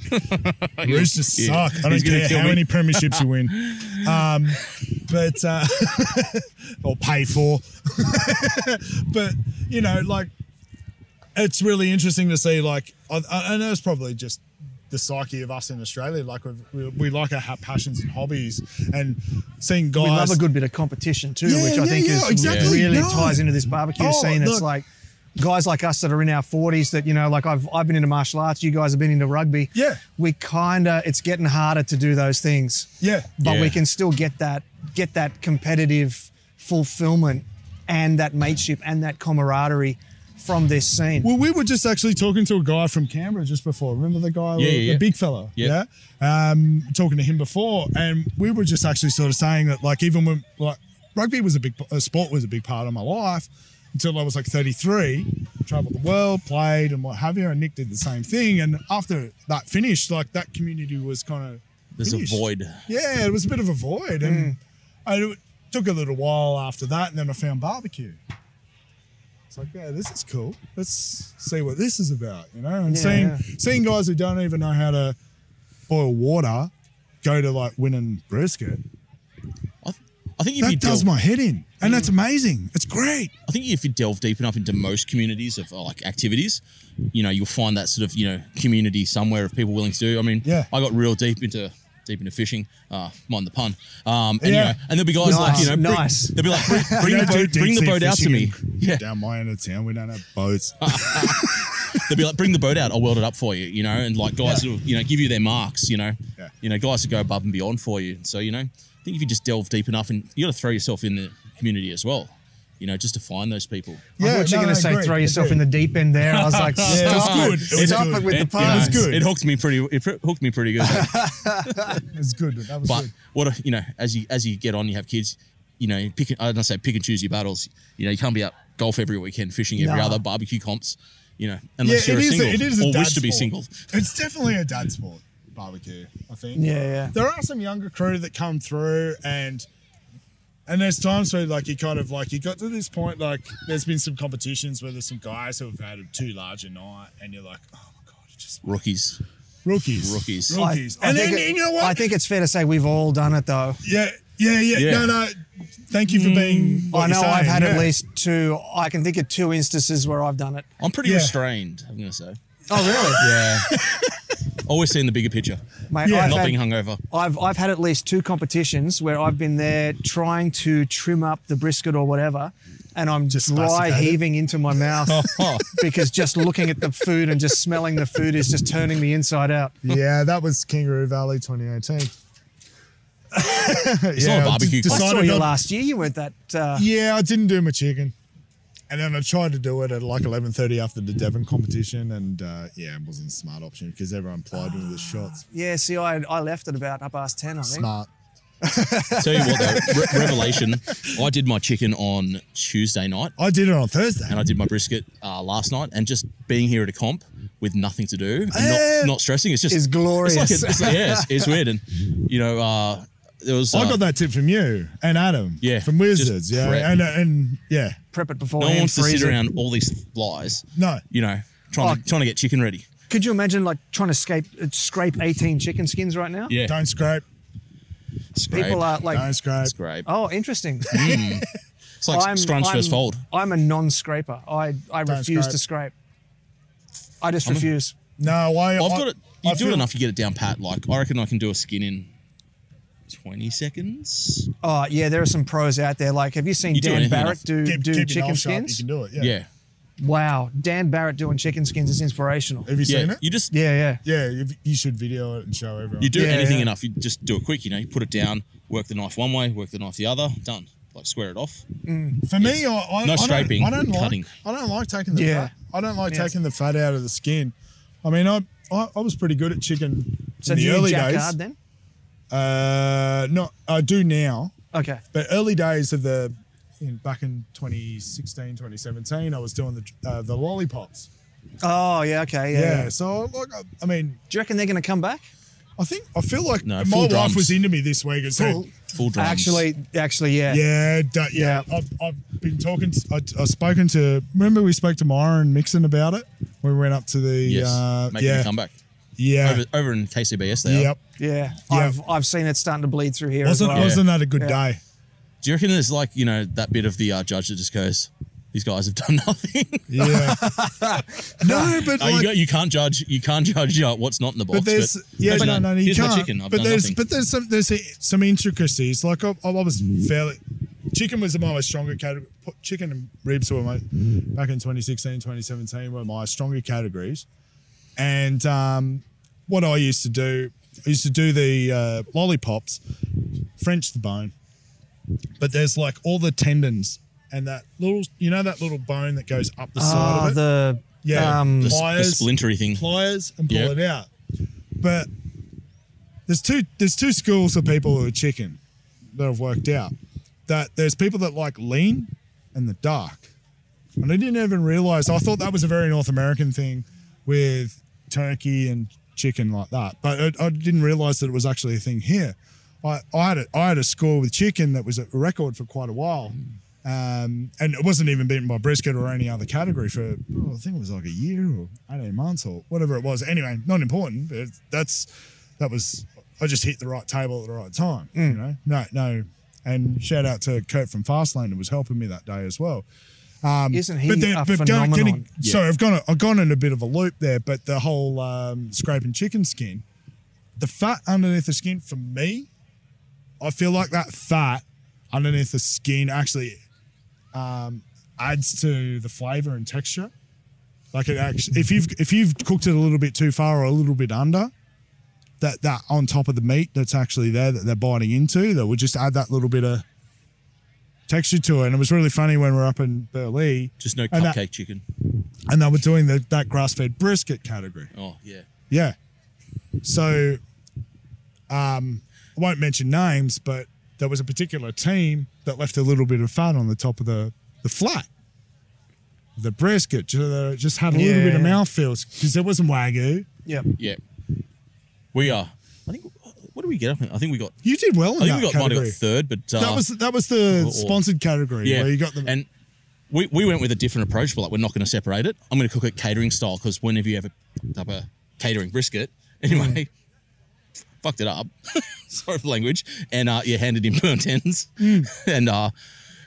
[SPEAKER 4] Roosters
[SPEAKER 3] Yeah.
[SPEAKER 4] suck. I
[SPEAKER 3] He's
[SPEAKER 4] don't
[SPEAKER 3] gonna
[SPEAKER 4] care
[SPEAKER 3] kill
[SPEAKER 4] how
[SPEAKER 3] me.
[SPEAKER 4] many premierships you win, um, but uh, or pay for. but you know, like it's really interesting to see. Like I, I I know it's probably just the psyche of us in Australia. Like we've, we we like our ha- passions and hobbies, and seeing guys.
[SPEAKER 1] We love a good bit of competition too,
[SPEAKER 4] Yeah,
[SPEAKER 1] which I
[SPEAKER 4] yeah,
[SPEAKER 1] think
[SPEAKER 4] yeah,
[SPEAKER 1] is
[SPEAKER 4] exactly.
[SPEAKER 1] really
[SPEAKER 4] No.
[SPEAKER 1] ties into this barbecue
[SPEAKER 4] Oh,
[SPEAKER 1] scene. It's
[SPEAKER 4] look.
[SPEAKER 1] like guys like us that are in our 40s that you know like I've I've been into martial arts, you guys have been into rugby.
[SPEAKER 4] Yeah.
[SPEAKER 1] We kind of it's getting harder to do those things.
[SPEAKER 4] yeah,
[SPEAKER 1] But
[SPEAKER 3] Yeah.
[SPEAKER 1] we can still get that get that competitive fulfillment and that mateship and that camaraderie from this scene.
[SPEAKER 4] Well, we were just actually talking to a guy from Canberra just before. Remember the guy,
[SPEAKER 3] Yeah,
[SPEAKER 4] the,
[SPEAKER 3] yeah, yeah.
[SPEAKER 4] big fella?
[SPEAKER 3] Yeah.
[SPEAKER 4] Yeah. Um, talking to him before, and we were just actually sort of saying that, like, even when like rugby was a big uh, sport was a big part of my life until I was like 33, traveled the world, played, and what have you. And Nick did the same thing, and after that finished, like that community was kind of
[SPEAKER 3] There's a void.
[SPEAKER 4] yeah, it was a bit of a void, and I, it took a little while after that, and then I found barbecue. It's like, yeah, this is cool. Let's see what this is about, you know. And
[SPEAKER 1] Yeah,
[SPEAKER 4] seeing
[SPEAKER 1] yeah.
[SPEAKER 4] seeing guys who don't even know how to boil water go to like winning brisket.
[SPEAKER 3] I, th- I think if you
[SPEAKER 4] That does
[SPEAKER 3] delve,
[SPEAKER 4] my head in, and
[SPEAKER 1] Mm.
[SPEAKER 4] that's amazing. It's great.
[SPEAKER 3] I think if you delve deep enough into most communities of uh, like activities, you know, you'll find that sort of you know community somewhere of people willing to do. I mean,
[SPEAKER 4] Yeah.
[SPEAKER 3] I got real deep into deep into fishing. Uh, mind the pun. Um, and
[SPEAKER 4] Yeah.
[SPEAKER 3] you know, and there'll be guys like you know,
[SPEAKER 1] Nice,
[SPEAKER 3] bring-
[SPEAKER 1] nice.
[SPEAKER 3] they'll be like, bring, bring
[SPEAKER 4] We
[SPEAKER 3] the
[SPEAKER 4] don't do
[SPEAKER 3] boat, bring the
[SPEAKER 4] deep-sea
[SPEAKER 3] boat out to me.
[SPEAKER 4] fishing in-
[SPEAKER 3] Yeah,
[SPEAKER 4] Down my end of town, we don't have boats.
[SPEAKER 3] they'll be like, bring the boat out. I'll weld it up for you. You know, and like guys who'll you know give you their marks. You know,
[SPEAKER 4] Yeah.
[SPEAKER 3] you know guys who go above and beyond for you. So you know, I think if you just delve deep enough, and you got to throw yourself in the community as well. You know, just to find those people.
[SPEAKER 1] I thought you were
[SPEAKER 4] no,
[SPEAKER 1] going to
[SPEAKER 4] I
[SPEAKER 1] say
[SPEAKER 4] agree.
[SPEAKER 1] throw
[SPEAKER 4] I
[SPEAKER 1] yourself
[SPEAKER 4] do.
[SPEAKER 1] in the deep end there. I was like,
[SPEAKER 4] Yeah, Oh, it was
[SPEAKER 1] stop
[SPEAKER 4] good. It was
[SPEAKER 1] stop
[SPEAKER 4] good.
[SPEAKER 1] it with the
[SPEAKER 3] It- you
[SPEAKER 1] puns.
[SPEAKER 4] was good.
[SPEAKER 3] It hooked me pretty. It pr- hooked me pretty good.
[SPEAKER 4] It's good. That was
[SPEAKER 3] but
[SPEAKER 4] good.
[SPEAKER 3] what a- you know, as you as you get on, you have kids. You know, you pick. I don't say pick and choose your battles. You know, you can't be out golf every weekend, fishing every
[SPEAKER 1] Nah.
[SPEAKER 3] other, barbecue comps. You know, unless you're a
[SPEAKER 4] is
[SPEAKER 3] single
[SPEAKER 4] it is a
[SPEAKER 3] or
[SPEAKER 4] dad
[SPEAKER 3] wish to be
[SPEAKER 4] sport.
[SPEAKER 3] single.
[SPEAKER 4] It's definitely a dad sport, barbecue. I think.
[SPEAKER 1] Yeah, yeah.
[SPEAKER 4] There are some younger crew that come through, and and there's times where like you kind of like you got to this point like there's been some competitions where there's some guys who have had too large a night, and you're like, oh my god, it's just
[SPEAKER 3] Rookies.
[SPEAKER 4] rookies,
[SPEAKER 3] Rookies.
[SPEAKER 1] I-
[SPEAKER 4] rookies.
[SPEAKER 1] I
[SPEAKER 4] and
[SPEAKER 1] think
[SPEAKER 4] then
[SPEAKER 1] it-
[SPEAKER 4] you know what?
[SPEAKER 1] I think it's fair to say we've all done it though.
[SPEAKER 4] yeah, yeah, yeah,
[SPEAKER 3] Yeah.
[SPEAKER 4] No, no. Thank you for being. what
[SPEAKER 1] Mm, I know
[SPEAKER 4] you're
[SPEAKER 1] I've
[SPEAKER 4] saying,
[SPEAKER 1] had at
[SPEAKER 4] yeah.
[SPEAKER 1] least two. I can think of two instances where I've done it.
[SPEAKER 3] I'm pretty
[SPEAKER 4] Yeah.
[SPEAKER 3] restrained. I'm gonna say.
[SPEAKER 1] Oh, really?
[SPEAKER 3] Yeah. Always seeing the bigger picture.
[SPEAKER 1] Mate,
[SPEAKER 4] Yeah.
[SPEAKER 1] I've,
[SPEAKER 3] Not being
[SPEAKER 1] had,
[SPEAKER 3] hungover.
[SPEAKER 1] I've, I've had at least two competitions where I've been there trying to trim up the brisket or whatever, and I'm
[SPEAKER 4] Just
[SPEAKER 1] dry
[SPEAKER 4] masticated.
[SPEAKER 1] heaving into my mouth
[SPEAKER 3] Oh,
[SPEAKER 1] because just looking at the food and just smelling the food is just turning me inside out.
[SPEAKER 4] Yeah, that was Kangaroo Valley 2018.
[SPEAKER 3] it's not a barbecue.
[SPEAKER 4] just-
[SPEAKER 1] I
[SPEAKER 3] comp.
[SPEAKER 1] saw
[SPEAKER 4] Decided
[SPEAKER 1] you
[SPEAKER 4] not-
[SPEAKER 1] last year. You weren't that. Uh,
[SPEAKER 4] Yeah, I didn't do my chicken. And then I tried to do it at like 11.30 after the Devon competition. And uh, yeah, it wasn't a smart option because everyone plied me with the shots.
[SPEAKER 1] yeah, see, I, I left at about half past 10, I think.
[SPEAKER 4] Smart.
[SPEAKER 3] Tell you what, though, re- revelation. I did my chicken on Tuesday night.
[SPEAKER 4] I did it on Thursday.
[SPEAKER 3] and I did my brisket uh, last night, and just being here at a comp with nothing to do and
[SPEAKER 4] Eh,
[SPEAKER 3] not, not stressing, it's just
[SPEAKER 1] is glorious.
[SPEAKER 3] It's like a, it's like- yeah, it's, it's weird, and you know, uh, there was.
[SPEAKER 4] I
[SPEAKER 3] uh,
[SPEAKER 4] got that tip from you and Adam.
[SPEAKER 3] Yeah,
[SPEAKER 4] From
[SPEAKER 3] just
[SPEAKER 4] Wizards. Yeah.
[SPEAKER 3] prep.
[SPEAKER 4] And, uh, and yeah.
[SPEAKER 1] Prep it
[SPEAKER 3] No
[SPEAKER 1] before
[SPEAKER 3] one
[SPEAKER 1] and
[SPEAKER 3] wants to
[SPEAKER 1] freeze
[SPEAKER 3] sit
[SPEAKER 1] it.
[SPEAKER 3] around all these flies.
[SPEAKER 4] No.
[SPEAKER 3] You know, trying to, trying to get chicken ready.
[SPEAKER 1] Could you imagine like trying to escape, uh, scrape 18 chicken skins right now?
[SPEAKER 3] Yeah.
[SPEAKER 4] Don't scrape.
[SPEAKER 3] scrape.
[SPEAKER 1] People are like,
[SPEAKER 4] Don't scrape.
[SPEAKER 3] scrape.
[SPEAKER 1] oh, interesting.
[SPEAKER 3] It's like scrunch
[SPEAKER 1] I'm,
[SPEAKER 3] first fold.
[SPEAKER 1] I'm a non-scraper. I, I refuse to scrape. I just refuse.
[SPEAKER 4] No, I,
[SPEAKER 3] I've
[SPEAKER 4] I-
[SPEAKER 3] got it. You
[SPEAKER 4] I
[SPEAKER 3] do
[SPEAKER 4] feel-
[SPEAKER 3] it enough, you get it down pat. Like I reckon I can do a skin in twenty seconds.
[SPEAKER 1] Oh yeah, there are some pros out there. Like, have you seen
[SPEAKER 3] You do
[SPEAKER 1] Dan
[SPEAKER 3] anything
[SPEAKER 1] Barrett do
[SPEAKER 3] enough.
[SPEAKER 4] Keep,
[SPEAKER 1] do
[SPEAKER 4] keep your
[SPEAKER 1] chicken
[SPEAKER 4] knife sharp,
[SPEAKER 1] skins?
[SPEAKER 4] You can do it. Yeah.
[SPEAKER 3] Yeah,
[SPEAKER 1] Wow, Dan Barrett doing chicken skins is inspirational.
[SPEAKER 4] Have you
[SPEAKER 3] yeah.
[SPEAKER 4] seen it?
[SPEAKER 3] You just
[SPEAKER 1] Yeah, yeah.
[SPEAKER 4] yeah. You, you should video it and show everyone.
[SPEAKER 3] you do
[SPEAKER 1] Yeah,
[SPEAKER 3] anything
[SPEAKER 1] yeah.
[SPEAKER 3] enough. You just do it quick. You know, you put it down, work the knife one way, work the knife the other. Done. Like square it off.
[SPEAKER 4] For me, I, I,
[SPEAKER 3] No
[SPEAKER 4] I don't-
[SPEAKER 3] scraping,
[SPEAKER 4] I don't,
[SPEAKER 3] cutting.
[SPEAKER 4] like. I don't like taking the
[SPEAKER 1] Yeah.
[SPEAKER 4] fat. I don't like
[SPEAKER 1] Yeah.
[SPEAKER 4] taking the fat out of the skin. I mean, I I, I was pretty good at chicken
[SPEAKER 1] So
[SPEAKER 4] in
[SPEAKER 1] do
[SPEAKER 4] the
[SPEAKER 1] you
[SPEAKER 4] early
[SPEAKER 1] jackguard
[SPEAKER 4] days.
[SPEAKER 1] then?
[SPEAKER 4] Uh, no, I do now.
[SPEAKER 1] Okay.
[SPEAKER 4] But early days of the, in, back in 2016, 2017, I was doing the uh, the lollipops.
[SPEAKER 1] Oh yeah, okay, yeah.
[SPEAKER 4] Yeah.
[SPEAKER 1] yeah.
[SPEAKER 4] So like, I, I mean,
[SPEAKER 1] Do you reckon they're going to come back?
[SPEAKER 4] I think I feel like
[SPEAKER 3] No, full
[SPEAKER 4] my wife
[SPEAKER 3] drums.
[SPEAKER 4] was into me this week and said,
[SPEAKER 1] Full-
[SPEAKER 3] Full drums.
[SPEAKER 1] Actually, actually, yeah.
[SPEAKER 4] Yeah, d- yeah. I've, I've been talking. I, I've spoken to. Remember, we spoke to Myra and Mixon about it. when We went up to the.
[SPEAKER 3] yes.
[SPEAKER 4] uh,
[SPEAKER 3] Making
[SPEAKER 4] yeah,
[SPEAKER 3] a comeback.
[SPEAKER 4] yeah,
[SPEAKER 3] Over, over in KCBS, they are.
[SPEAKER 4] yep.
[SPEAKER 1] Yeah,
[SPEAKER 4] Yeah.
[SPEAKER 1] I've I've seen it starting to bleed through here
[SPEAKER 4] Wasn't
[SPEAKER 1] as well.
[SPEAKER 4] wasn't that a good
[SPEAKER 1] Yeah.
[SPEAKER 4] day?
[SPEAKER 3] Do you reckon there's like you know that bit of the uh, judge that just goes, "These guys have done nothing."
[SPEAKER 4] Yeah. no,
[SPEAKER 3] No,
[SPEAKER 4] but like,
[SPEAKER 3] Oh, you, go- you can't judge. You can't judge uh, what's not in the box.
[SPEAKER 4] but there's yeah,
[SPEAKER 3] Here's
[SPEAKER 4] no,
[SPEAKER 3] my-
[SPEAKER 4] no, you
[SPEAKER 3] here's my
[SPEAKER 4] can't.
[SPEAKER 3] chicken. I've
[SPEAKER 4] but
[SPEAKER 3] done
[SPEAKER 4] there's
[SPEAKER 3] nothing.
[SPEAKER 4] but there's some there's some intricacies. Like I, I was
[SPEAKER 3] Mm-hmm.
[SPEAKER 4] fairly. Chicken was my stronger category. Chicken and ribs were my
[SPEAKER 3] Mm-hmm.
[SPEAKER 4] back in 2016, 2017 were my stronger categories. And um, what I used to do, I used to do the uh, lollipops, French the bone, but there's like all the tendons and that little, you know, that little bone that goes up the side
[SPEAKER 1] Ah,
[SPEAKER 4] of it.
[SPEAKER 1] the
[SPEAKER 4] Yeah,
[SPEAKER 1] um,
[SPEAKER 3] the, s- the
[SPEAKER 4] pliers,
[SPEAKER 3] splintery thing.
[SPEAKER 4] pliers and pull
[SPEAKER 3] Yeah.
[SPEAKER 4] it out. But there's two there's two schools of people who are chicken that have worked out that there's people that like lean and the dark. And I didn't even realize. I thought that was a very North American thing with turkey and chicken like that. But I, I didn't realize that it was actually a thing here. I, I had a, I had a score with chicken that was a record for quite a while. Um, and it wasn't even beaten by brisket or any other category for, oh, I think it was like a year or 18 months or whatever it was. Anyway, not important, but that's, that was, I just hit the right table at the right time, you know? No, no. And shout out to Kurt from Fastlane who was helping me that day as well Um,
[SPEAKER 1] isn't he
[SPEAKER 4] then-
[SPEAKER 1] a
[SPEAKER 4] go-
[SPEAKER 1] phenomenon?
[SPEAKER 4] getting, sorry, I've gone I've gone in a bit of a loop there, but the whole um, scraping chicken skin, the fat underneath the skin for me, I feel like that fat underneath the skin actually um, adds to the flavour and texture. Like it actually, if you've if you've cooked it a little bit too far or a little bit under, that that on top of the meat that's actually there that they're biting into, that would just add that little bit of texture to it. And it was really funny when we were up in Berlin
[SPEAKER 3] Just no
[SPEAKER 4] and
[SPEAKER 3] cupcake
[SPEAKER 4] that-
[SPEAKER 3] chicken.
[SPEAKER 4] and they were doing the, that grass fed brisket category.
[SPEAKER 3] Oh yeah.
[SPEAKER 4] Yeah. So, um, I won't mention names, but there was a particular team that left a little bit of fat on the top of the, the flat. The brisket ju- uh, just had a little
[SPEAKER 1] Yeah.
[SPEAKER 4] bit of mouthfeel because it wasn't wagyu.
[SPEAKER 1] Yep.
[SPEAKER 3] Yeah. We are. I think. What do we get up in? I think we got.
[SPEAKER 4] You did well in
[SPEAKER 3] I think
[SPEAKER 4] that
[SPEAKER 3] we got. Might have
[SPEAKER 4] category.
[SPEAKER 3] got third, but uh,
[SPEAKER 4] that was that was the
[SPEAKER 3] or- or-
[SPEAKER 4] sponsored category
[SPEAKER 3] yeah.
[SPEAKER 4] where you got the
[SPEAKER 3] and we, we went with a different approach. We're like, we're not going to separate it. I'm going to cook it catering style because whenever you ever fucked up a catering brisket, anyway,
[SPEAKER 4] Mm.
[SPEAKER 3] fucked it up. Sorry for the language. And uh, yeah, handed him burnt ends.
[SPEAKER 4] Mm.
[SPEAKER 3] And uh,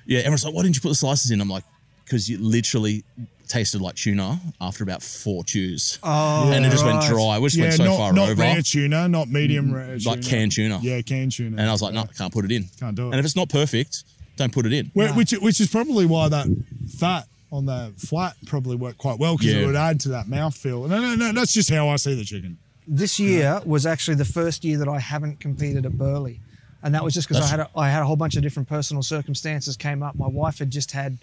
[SPEAKER 3] yeah, everyone's like, why didn't you put the slices in? I'm like, because you literally tasted like tuna after about four chews.
[SPEAKER 1] Oh,
[SPEAKER 3] and it just went
[SPEAKER 1] right.
[SPEAKER 3] dry, which
[SPEAKER 4] yeah,
[SPEAKER 3] went so
[SPEAKER 4] not,
[SPEAKER 3] far
[SPEAKER 4] not
[SPEAKER 3] over. Mm,
[SPEAKER 4] rare tuna, not medium rare,
[SPEAKER 3] like
[SPEAKER 4] tuna.
[SPEAKER 3] canned tuna.
[SPEAKER 4] Yeah, canned tuna.
[SPEAKER 3] And I was like, no, I can't put it in.
[SPEAKER 4] Can't do it.
[SPEAKER 3] And if it's not perfect, don't put it in.
[SPEAKER 4] Wh- Which which is probably why that fat on the flat probably worked quite well because
[SPEAKER 3] Yeah.
[SPEAKER 4] it would add to that mouthfeel. No, no, no. That's just how I see the chicken.
[SPEAKER 1] This year was actually the first year that I haven't competed at Burley, and that was just because I had a, I had a whole bunch of different personal circumstances came up. My wife had just had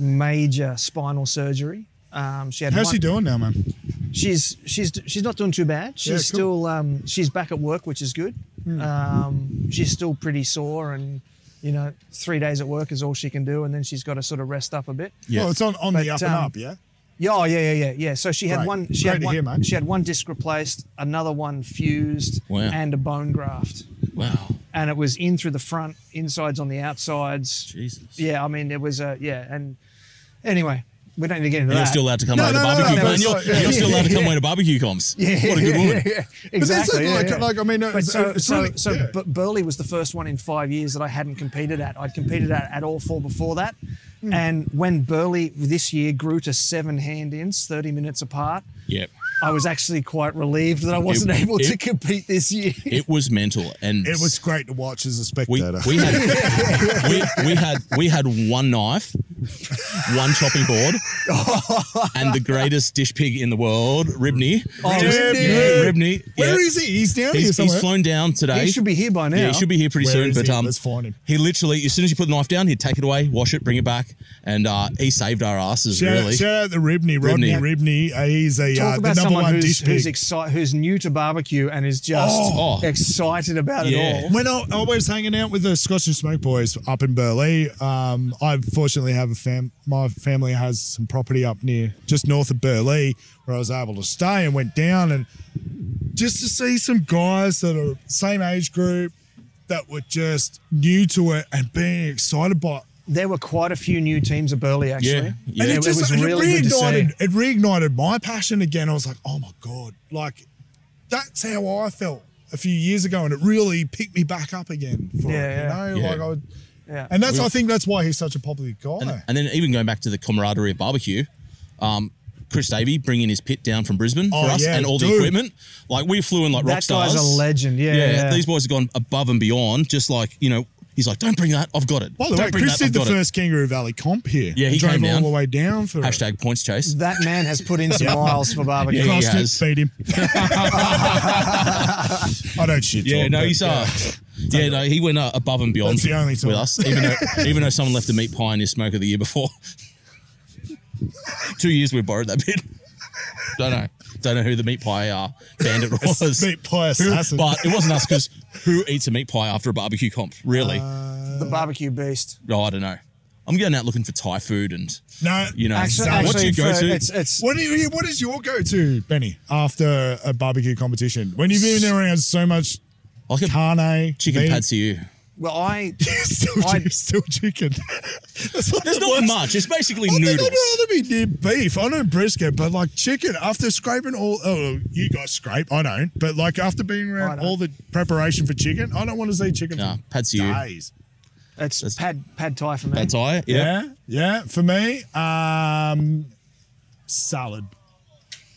[SPEAKER 1] major spinal surgery. Um, she had
[SPEAKER 4] How's
[SPEAKER 1] one-
[SPEAKER 4] she doing now, man?
[SPEAKER 1] she's she's she's not doing too bad. She's
[SPEAKER 4] Yeah, cool.
[SPEAKER 1] still
[SPEAKER 4] Hmm.
[SPEAKER 1] um, she's back at work, which is good. Um, she's still pretty sore, and you know, three days at work is all she can do, and then she's got to sort of rest up a bit.
[SPEAKER 3] Yeah.
[SPEAKER 4] Oh, it's on, on the
[SPEAKER 1] But,
[SPEAKER 4] up
[SPEAKER 1] um,
[SPEAKER 4] and up, yeah.
[SPEAKER 1] Yeah, oh, yeah, yeah, yeah, yeah. So she had
[SPEAKER 4] Great.
[SPEAKER 1] one. She
[SPEAKER 4] Great
[SPEAKER 1] had
[SPEAKER 4] to
[SPEAKER 1] one.
[SPEAKER 4] hear, mate.
[SPEAKER 1] She had one disc replaced, another one fused,
[SPEAKER 3] Wow.
[SPEAKER 1] and a bone graft.
[SPEAKER 3] Wow.
[SPEAKER 1] and it was in through the front, insides on the outsides.
[SPEAKER 3] Jesus.
[SPEAKER 1] Yeah, I mean, it was a yeah, and anyway, we don't need to get into
[SPEAKER 3] And
[SPEAKER 1] that.
[SPEAKER 3] you're still allowed to come
[SPEAKER 4] No,
[SPEAKER 3] away to
[SPEAKER 4] no, no, no,
[SPEAKER 3] barbecue.
[SPEAKER 4] no,
[SPEAKER 3] com- and
[SPEAKER 4] it's
[SPEAKER 3] you're,
[SPEAKER 4] like- yeah.
[SPEAKER 3] you're still allowed to come away to barbecue comms. What a good woman.
[SPEAKER 1] Yeah,
[SPEAKER 4] But this
[SPEAKER 1] exactly.
[SPEAKER 4] is
[SPEAKER 1] yeah,
[SPEAKER 4] like,
[SPEAKER 1] yeah.
[SPEAKER 4] like, I mean,
[SPEAKER 1] But
[SPEAKER 4] it's,
[SPEAKER 1] so,
[SPEAKER 4] it's
[SPEAKER 1] so,
[SPEAKER 4] really-
[SPEAKER 1] so
[SPEAKER 4] yeah.
[SPEAKER 1] Bu- Burley was the first one in five years that I hadn't competed at. I'd competed at, at all four before that.
[SPEAKER 4] Hmm.
[SPEAKER 1] And when Burley this year grew to seven hand ins, 30 minutes apart,
[SPEAKER 3] Yep.
[SPEAKER 1] I was actually quite relieved that I wasn't able to
[SPEAKER 3] it-
[SPEAKER 1] compete this year.
[SPEAKER 3] It was mental. And
[SPEAKER 5] It was great to watch as a
[SPEAKER 3] We,
[SPEAKER 5] spectator.
[SPEAKER 3] we had we, we had we had one knife, one chopping board, and the greatest dish pig in the world, Ribney.
[SPEAKER 1] Oh,
[SPEAKER 3] Just-
[SPEAKER 1] Ribney.
[SPEAKER 3] yeah, Ribney. yeah.
[SPEAKER 5] Where is he? He's down here
[SPEAKER 3] He's, he's
[SPEAKER 5] somewhere.
[SPEAKER 3] flown down today.
[SPEAKER 1] he should be here by now.
[SPEAKER 3] Yeah, he should be here pretty
[SPEAKER 4] Where
[SPEAKER 3] soon.
[SPEAKER 4] is
[SPEAKER 3] But
[SPEAKER 4] he?
[SPEAKER 3] um,
[SPEAKER 4] Let's find him.
[SPEAKER 3] He literally, as soon as you put the knife down, he'd take it away, wash it, bring it back, and uh, he saved our asses
[SPEAKER 4] Shout,
[SPEAKER 3] really.
[SPEAKER 4] out, shout out to Ribney, Rodney Ribney. Uh, He's a,
[SPEAKER 1] Talk
[SPEAKER 4] uh, the
[SPEAKER 1] about
[SPEAKER 4] number
[SPEAKER 1] someone
[SPEAKER 4] one
[SPEAKER 1] who's,
[SPEAKER 4] dish pig.
[SPEAKER 1] who's, exci- who's new to barbecue and is just
[SPEAKER 3] Oh.
[SPEAKER 1] excited about
[SPEAKER 3] Yeah.
[SPEAKER 1] it all.
[SPEAKER 4] when I, I was hanging out with the Scotch and Smoke Boys up in Burleigh, um, I fortunately have a fam. My family has some property up near, just north of Burleigh, where I was able to stay and went down and just to see some guys that are same age group that were just new to it and being excited by. It.
[SPEAKER 1] There were quite a few new teams of Burley, actually.
[SPEAKER 3] Yeah,
[SPEAKER 1] And
[SPEAKER 3] yeah.
[SPEAKER 4] And
[SPEAKER 1] it,
[SPEAKER 4] it just
[SPEAKER 1] was
[SPEAKER 4] and
[SPEAKER 1] really
[SPEAKER 4] it
[SPEAKER 1] good to see.
[SPEAKER 4] reignited it reignited my passion again. I was like, oh my god, like that's how I felt a few years ago, and it really picked me back up again. For
[SPEAKER 1] Yeah,
[SPEAKER 4] it,
[SPEAKER 3] yeah.
[SPEAKER 4] you know,
[SPEAKER 3] Yeah.
[SPEAKER 4] like I would,
[SPEAKER 1] Yeah.
[SPEAKER 4] and that's I think that's why he's such a popular guy.
[SPEAKER 3] And, and then even going back to the camaraderie of barbecue, um, Chris Davey bringing his pit down from Brisbane
[SPEAKER 4] Oh,
[SPEAKER 3] for us
[SPEAKER 4] yeah,
[SPEAKER 3] and all the
[SPEAKER 4] dude.
[SPEAKER 3] equipment. Like we flew in like rock
[SPEAKER 1] That
[SPEAKER 3] stars.
[SPEAKER 1] guy's a legend. Yeah, yeah.
[SPEAKER 3] These boys have gone above and beyond. Just like you know, he's like, don't bring that. I've got it.
[SPEAKER 4] By the
[SPEAKER 3] don't
[SPEAKER 4] way,
[SPEAKER 3] bring
[SPEAKER 4] Chris
[SPEAKER 3] that. I've
[SPEAKER 4] did the
[SPEAKER 3] got it."
[SPEAKER 4] first Kangaroo Valley comp here.
[SPEAKER 3] Yeah, he
[SPEAKER 4] drove
[SPEAKER 3] came
[SPEAKER 4] all
[SPEAKER 3] down.
[SPEAKER 4] the way down for it.
[SPEAKER 3] Hashtag points chase.
[SPEAKER 1] that man has put in some miles for barbecue.
[SPEAKER 3] Yeah, he
[SPEAKER 4] Crossed
[SPEAKER 3] has.
[SPEAKER 4] it, beat him. I don't shit.
[SPEAKER 3] Yeah,
[SPEAKER 4] talk,
[SPEAKER 3] no,
[SPEAKER 4] but-
[SPEAKER 3] you saw. Yeah, no, he went uh, above and beyond
[SPEAKER 4] That's the only time.
[SPEAKER 3] with us. Even though, even though someone left the meat pie in his smoker the year before. Two years we borrowed that bit. Don't know. Don't know who the meat pie uh, bandit was.
[SPEAKER 4] Meat pie
[SPEAKER 3] Who-
[SPEAKER 4] assassin.
[SPEAKER 3] But it wasn't us because who eats a meat pie after a barbecue comp? Really?
[SPEAKER 4] Uh,
[SPEAKER 1] The barbecue beast.
[SPEAKER 3] oh, I don't know. I'm going out looking for Thai food and
[SPEAKER 4] No,
[SPEAKER 3] you know
[SPEAKER 1] Actually,
[SPEAKER 4] Zach,
[SPEAKER 3] what's
[SPEAKER 1] actually
[SPEAKER 3] your
[SPEAKER 1] for-
[SPEAKER 3] go-to?
[SPEAKER 1] It's, it's
[SPEAKER 4] What, do you, what is your go-to, Benny, after a barbecue competition? When you've been around so much
[SPEAKER 3] like a
[SPEAKER 4] carne,
[SPEAKER 3] chicken
[SPEAKER 4] meat-
[SPEAKER 3] pad to you.
[SPEAKER 1] well, I
[SPEAKER 4] still,
[SPEAKER 1] I-
[SPEAKER 4] still chicken. That's not
[SPEAKER 3] There's
[SPEAKER 4] the
[SPEAKER 3] not
[SPEAKER 4] worst.
[SPEAKER 3] much. It's basically
[SPEAKER 4] I think
[SPEAKER 3] noodles.
[SPEAKER 4] I'd rather be near beef. I know brisket, but like chicken, after scraping all, oh, you guys scrape, I don't. But like after being
[SPEAKER 1] I
[SPEAKER 4] around
[SPEAKER 1] don't.
[SPEAKER 4] all the preparation for chicken, I don't want to see chicken
[SPEAKER 3] Nah,
[SPEAKER 4] for
[SPEAKER 3] pad see you.
[SPEAKER 4] days.
[SPEAKER 1] it's
[SPEAKER 3] That's-
[SPEAKER 1] pad pad Thai for me.
[SPEAKER 3] Pad Thai. yeah.
[SPEAKER 4] Yeah, yeah. For me, um, salad.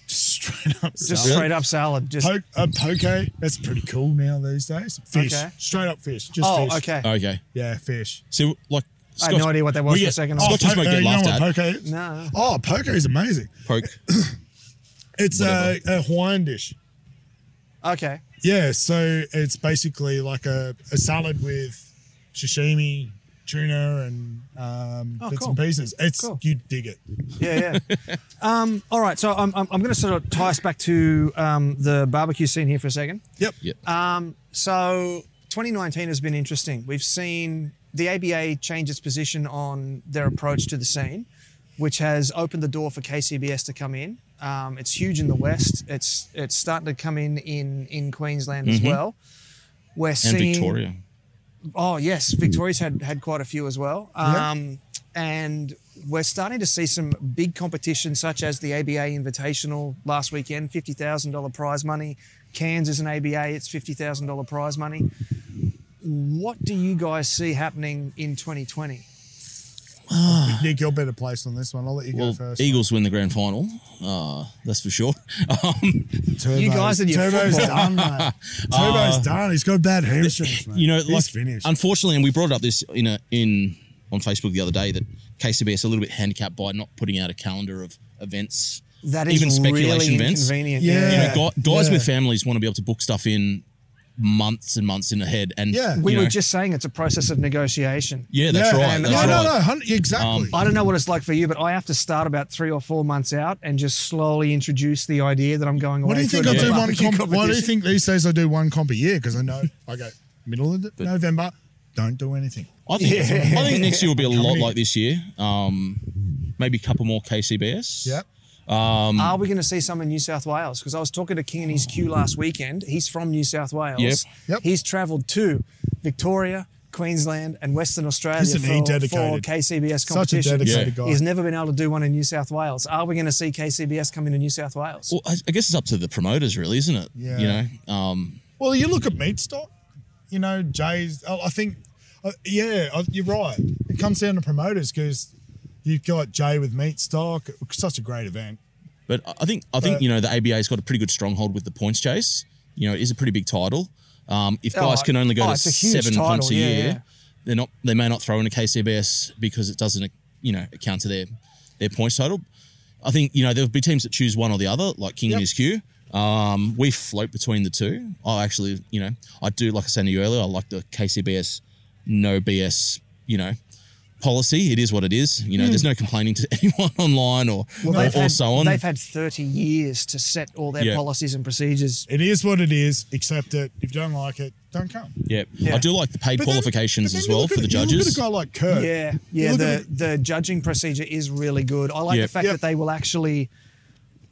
[SPEAKER 4] Just straight up
[SPEAKER 1] Just
[SPEAKER 4] salad.
[SPEAKER 1] straight up salad. Just
[SPEAKER 4] Poke, uh, poke, that's pretty cool now these days. Fish,
[SPEAKER 1] Okay.
[SPEAKER 4] straight up fish, just
[SPEAKER 1] oh,
[SPEAKER 4] fish.
[SPEAKER 1] okay.
[SPEAKER 3] Okay.
[SPEAKER 4] Yeah, fish.
[SPEAKER 3] So like,
[SPEAKER 1] I had no idea what that was
[SPEAKER 3] we
[SPEAKER 1] for a
[SPEAKER 3] get-
[SPEAKER 1] second.
[SPEAKER 3] Scotch and
[SPEAKER 4] po-
[SPEAKER 3] smoke
[SPEAKER 4] uh,
[SPEAKER 3] get
[SPEAKER 4] you know
[SPEAKER 3] laughed
[SPEAKER 4] what
[SPEAKER 3] at.
[SPEAKER 4] poke is?
[SPEAKER 1] No.
[SPEAKER 4] Oh, poke is amazing.
[SPEAKER 3] Poke.
[SPEAKER 4] It's a, a Hawaiian dish.
[SPEAKER 1] Okay.
[SPEAKER 4] Yeah, so it's basically like a, a salad with sashimi, tuna, and um,
[SPEAKER 1] Oh,
[SPEAKER 4] bits
[SPEAKER 1] cool.
[SPEAKER 4] and pieces. It's
[SPEAKER 1] Cool.
[SPEAKER 4] you dig it.
[SPEAKER 1] Yeah, yeah. um, all right. So I'm, I'm, I'm going to sort of tie us back to um, the barbecue scene here for a second.
[SPEAKER 4] Yep.
[SPEAKER 3] Yep.
[SPEAKER 1] Um, so 2019 has been interesting. We've seen the ABA change its position on their approach to the scene, which has opened the door for KCBS to come in. Um, it's huge in the West. It's it's starting to come in in, in Queensland as well. We're
[SPEAKER 3] and
[SPEAKER 1] seeing
[SPEAKER 3] Victoria.
[SPEAKER 1] Oh yes, Victoria's had had quite a few as well. Um, And we're starting to see some big competition, such as the ABA Invitational last weekend, fifty thousand dollar prize money. Cairns is an ABA; it's fifty thousand dollar prize money. What do you guys see happening in 2020?
[SPEAKER 4] Nick, you're better placed on this one. I'll let you
[SPEAKER 3] Well,
[SPEAKER 4] go first.
[SPEAKER 3] Eagles win the grand final. Uh, that's for sure. Um,
[SPEAKER 4] Turbo's,
[SPEAKER 1] You guys and your
[SPEAKER 4] Turbo's
[SPEAKER 1] football.
[SPEAKER 4] done, mate. Turbo's done. He's got bad hamstrings, mate.
[SPEAKER 3] Uh, you know,
[SPEAKER 4] He's
[SPEAKER 3] like,
[SPEAKER 4] finished.
[SPEAKER 3] unfortunately, and we brought up this in a, in on Facebook the other day that KCBS a little bit handicapped by not putting out a calendar of events,
[SPEAKER 1] That is
[SPEAKER 3] even speculation
[SPEAKER 1] really
[SPEAKER 3] events.
[SPEAKER 1] inconvenient.
[SPEAKER 4] Yeah.
[SPEAKER 3] You know, gu- guys
[SPEAKER 4] Yeah.
[SPEAKER 3] with families want to be able to book stuff in months and months in ahead. And
[SPEAKER 4] Yeah.
[SPEAKER 1] we
[SPEAKER 3] you
[SPEAKER 1] were
[SPEAKER 3] know,
[SPEAKER 1] just saying it's a process of negotiation.
[SPEAKER 3] yeah, that's
[SPEAKER 4] Yeah.
[SPEAKER 3] right.
[SPEAKER 4] No,
[SPEAKER 3] That's right. Um,
[SPEAKER 4] no, no, hun- exactly.
[SPEAKER 1] I don't know what it's like for you, but I have to start about three or four months out and just slowly introduce the idea that I'm going away.
[SPEAKER 4] What do you
[SPEAKER 1] to
[SPEAKER 4] think I
[SPEAKER 1] another
[SPEAKER 4] do one
[SPEAKER 1] barbecue
[SPEAKER 4] comp? Why do you
[SPEAKER 1] competition.
[SPEAKER 4] think these days I do one comp a year? Because I know I go middle of the- November, don't do anything.
[SPEAKER 3] I think I think next year will be a lot like this year. Um, maybe a couple more KCBS.
[SPEAKER 4] Yep.
[SPEAKER 1] Are we going to see some in New South Wales? Because I was talking to King and his Q last weekend. He's from New South Wales.
[SPEAKER 3] Yep.
[SPEAKER 4] Yep.
[SPEAKER 1] He's travelled to Victoria, Queensland, and Western Australia
[SPEAKER 4] Isn't
[SPEAKER 1] for,
[SPEAKER 4] he
[SPEAKER 1] for
[SPEAKER 4] dedicated?
[SPEAKER 1] KCBS
[SPEAKER 4] Such a
[SPEAKER 1] competition.
[SPEAKER 4] dedicated
[SPEAKER 3] Yeah.
[SPEAKER 4] guy.
[SPEAKER 1] He's never been able to do one in New South Wales. Are we going to see KCBS come into New South Wales?
[SPEAKER 3] Well, I, I guess it's up to the promoters, really, isn't it?
[SPEAKER 4] Yeah.
[SPEAKER 3] You know, um,
[SPEAKER 4] Well, you look at meat stock, you know, Jay's. oh, I I think, uh, yeah, uh, you're right. It comes down to promoters because you've got Jay with meat stock. Such a great event.
[SPEAKER 3] But I I think I think
[SPEAKER 4] But-
[SPEAKER 3] you know the ABA's got a pretty good stronghold with the points chase. You know, it is a pretty big title. Um, if
[SPEAKER 1] Oh,
[SPEAKER 3] guys can only go
[SPEAKER 1] oh,
[SPEAKER 3] to
[SPEAKER 1] it's a huge
[SPEAKER 3] seven
[SPEAKER 1] title,
[SPEAKER 3] punts a
[SPEAKER 1] yeah,
[SPEAKER 3] year,
[SPEAKER 1] yeah.
[SPEAKER 3] they're not they may not throw in a KCBS because it doesn't you know account to their their points total. I think you know there'll be teams that choose one or the other, like King and his Q. Um, we float between the two. I actually, you know, I do like I said to you earlier. I like the KCBS, no BS, you know, policy. It is what it is. You know, there's no complaining to anyone online or, or,
[SPEAKER 1] Hmm. they've
[SPEAKER 3] or
[SPEAKER 1] had,
[SPEAKER 3] so on.
[SPEAKER 1] They've had 30 years to set all their
[SPEAKER 3] Yeah.
[SPEAKER 1] policies and procedures.
[SPEAKER 4] It is what it is. Accept it. If you don't like it, don't come.
[SPEAKER 3] Yeah.
[SPEAKER 1] Yeah.
[SPEAKER 3] I do like the paid
[SPEAKER 4] But then-
[SPEAKER 3] qualifications
[SPEAKER 4] but then
[SPEAKER 3] as
[SPEAKER 4] you
[SPEAKER 3] well
[SPEAKER 4] look
[SPEAKER 3] for
[SPEAKER 4] at-
[SPEAKER 3] the
[SPEAKER 4] you Look at
[SPEAKER 3] judges.
[SPEAKER 4] a guy like Kurt.
[SPEAKER 1] Yeah,
[SPEAKER 4] You
[SPEAKER 1] yeah.
[SPEAKER 4] look at
[SPEAKER 1] The, the judging procedure is really good. I like
[SPEAKER 3] Yeah.
[SPEAKER 1] the fact
[SPEAKER 4] Yeah.
[SPEAKER 1] that they will actually.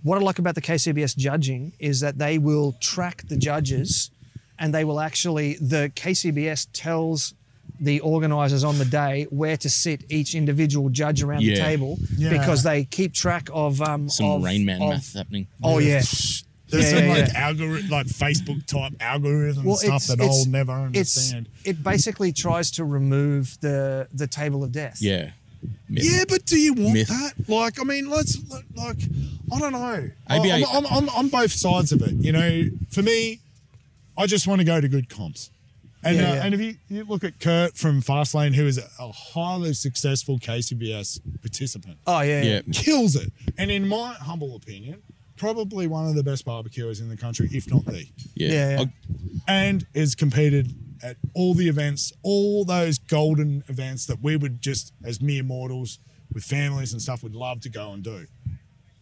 [SPEAKER 1] What I like about the KCBS judging is that they will track the judges, and they will actually the KCBS tells the organisers on the day where to sit each individual judge around the
[SPEAKER 3] Yeah.
[SPEAKER 1] table
[SPEAKER 4] Yeah.
[SPEAKER 1] because they keep track of um,
[SPEAKER 3] Some
[SPEAKER 1] of,
[SPEAKER 3] Rain Man
[SPEAKER 1] of-
[SPEAKER 3] math happening.
[SPEAKER 1] Oh yeah,
[SPEAKER 4] There's
[SPEAKER 1] Yeah,
[SPEAKER 4] some
[SPEAKER 1] yeah,
[SPEAKER 4] like
[SPEAKER 1] yeah.
[SPEAKER 4] algorithm, like Facebook type algorithm stuff that
[SPEAKER 1] it's-
[SPEAKER 4] I'll never
[SPEAKER 1] it's-
[SPEAKER 4] understand.
[SPEAKER 1] it basically tries to remove the the table of death.
[SPEAKER 3] Yeah.
[SPEAKER 4] Yeah, but do you want
[SPEAKER 3] Myth.
[SPEAKER 4] that? Like, I mean, let's like, I don't know. I-
[SPEAKER 3] ABA
[SPEAKER 4] I'm, I'm, I'm, I'm both sides of it. You know, for me, I just want to go to good comps. And,
[SPEAKER 1] Yeah,
[SPEAKER 4] uh,
[SPEAKER 1] yeah.
[SPEAKER 4] and if you, you look at Kurt from Fastlane, who is a, a highly successful KCBS participant,
[SPEAKER 1] Oh yeah.
[SPEAKER 3] Yeah.
[SPEAKER 4] kills it. And in my humble opinion, probably one of the best barbecuers in the country, if not the.
[SPEAKER 3] Yeah.
[SPEAKER 1] Yeah.
[SPEAKER 3] I-
[SPEAKER 4] And has competed at all the events, all those golden events that we would just, as mere mortals with families and stuff, would love to go and do.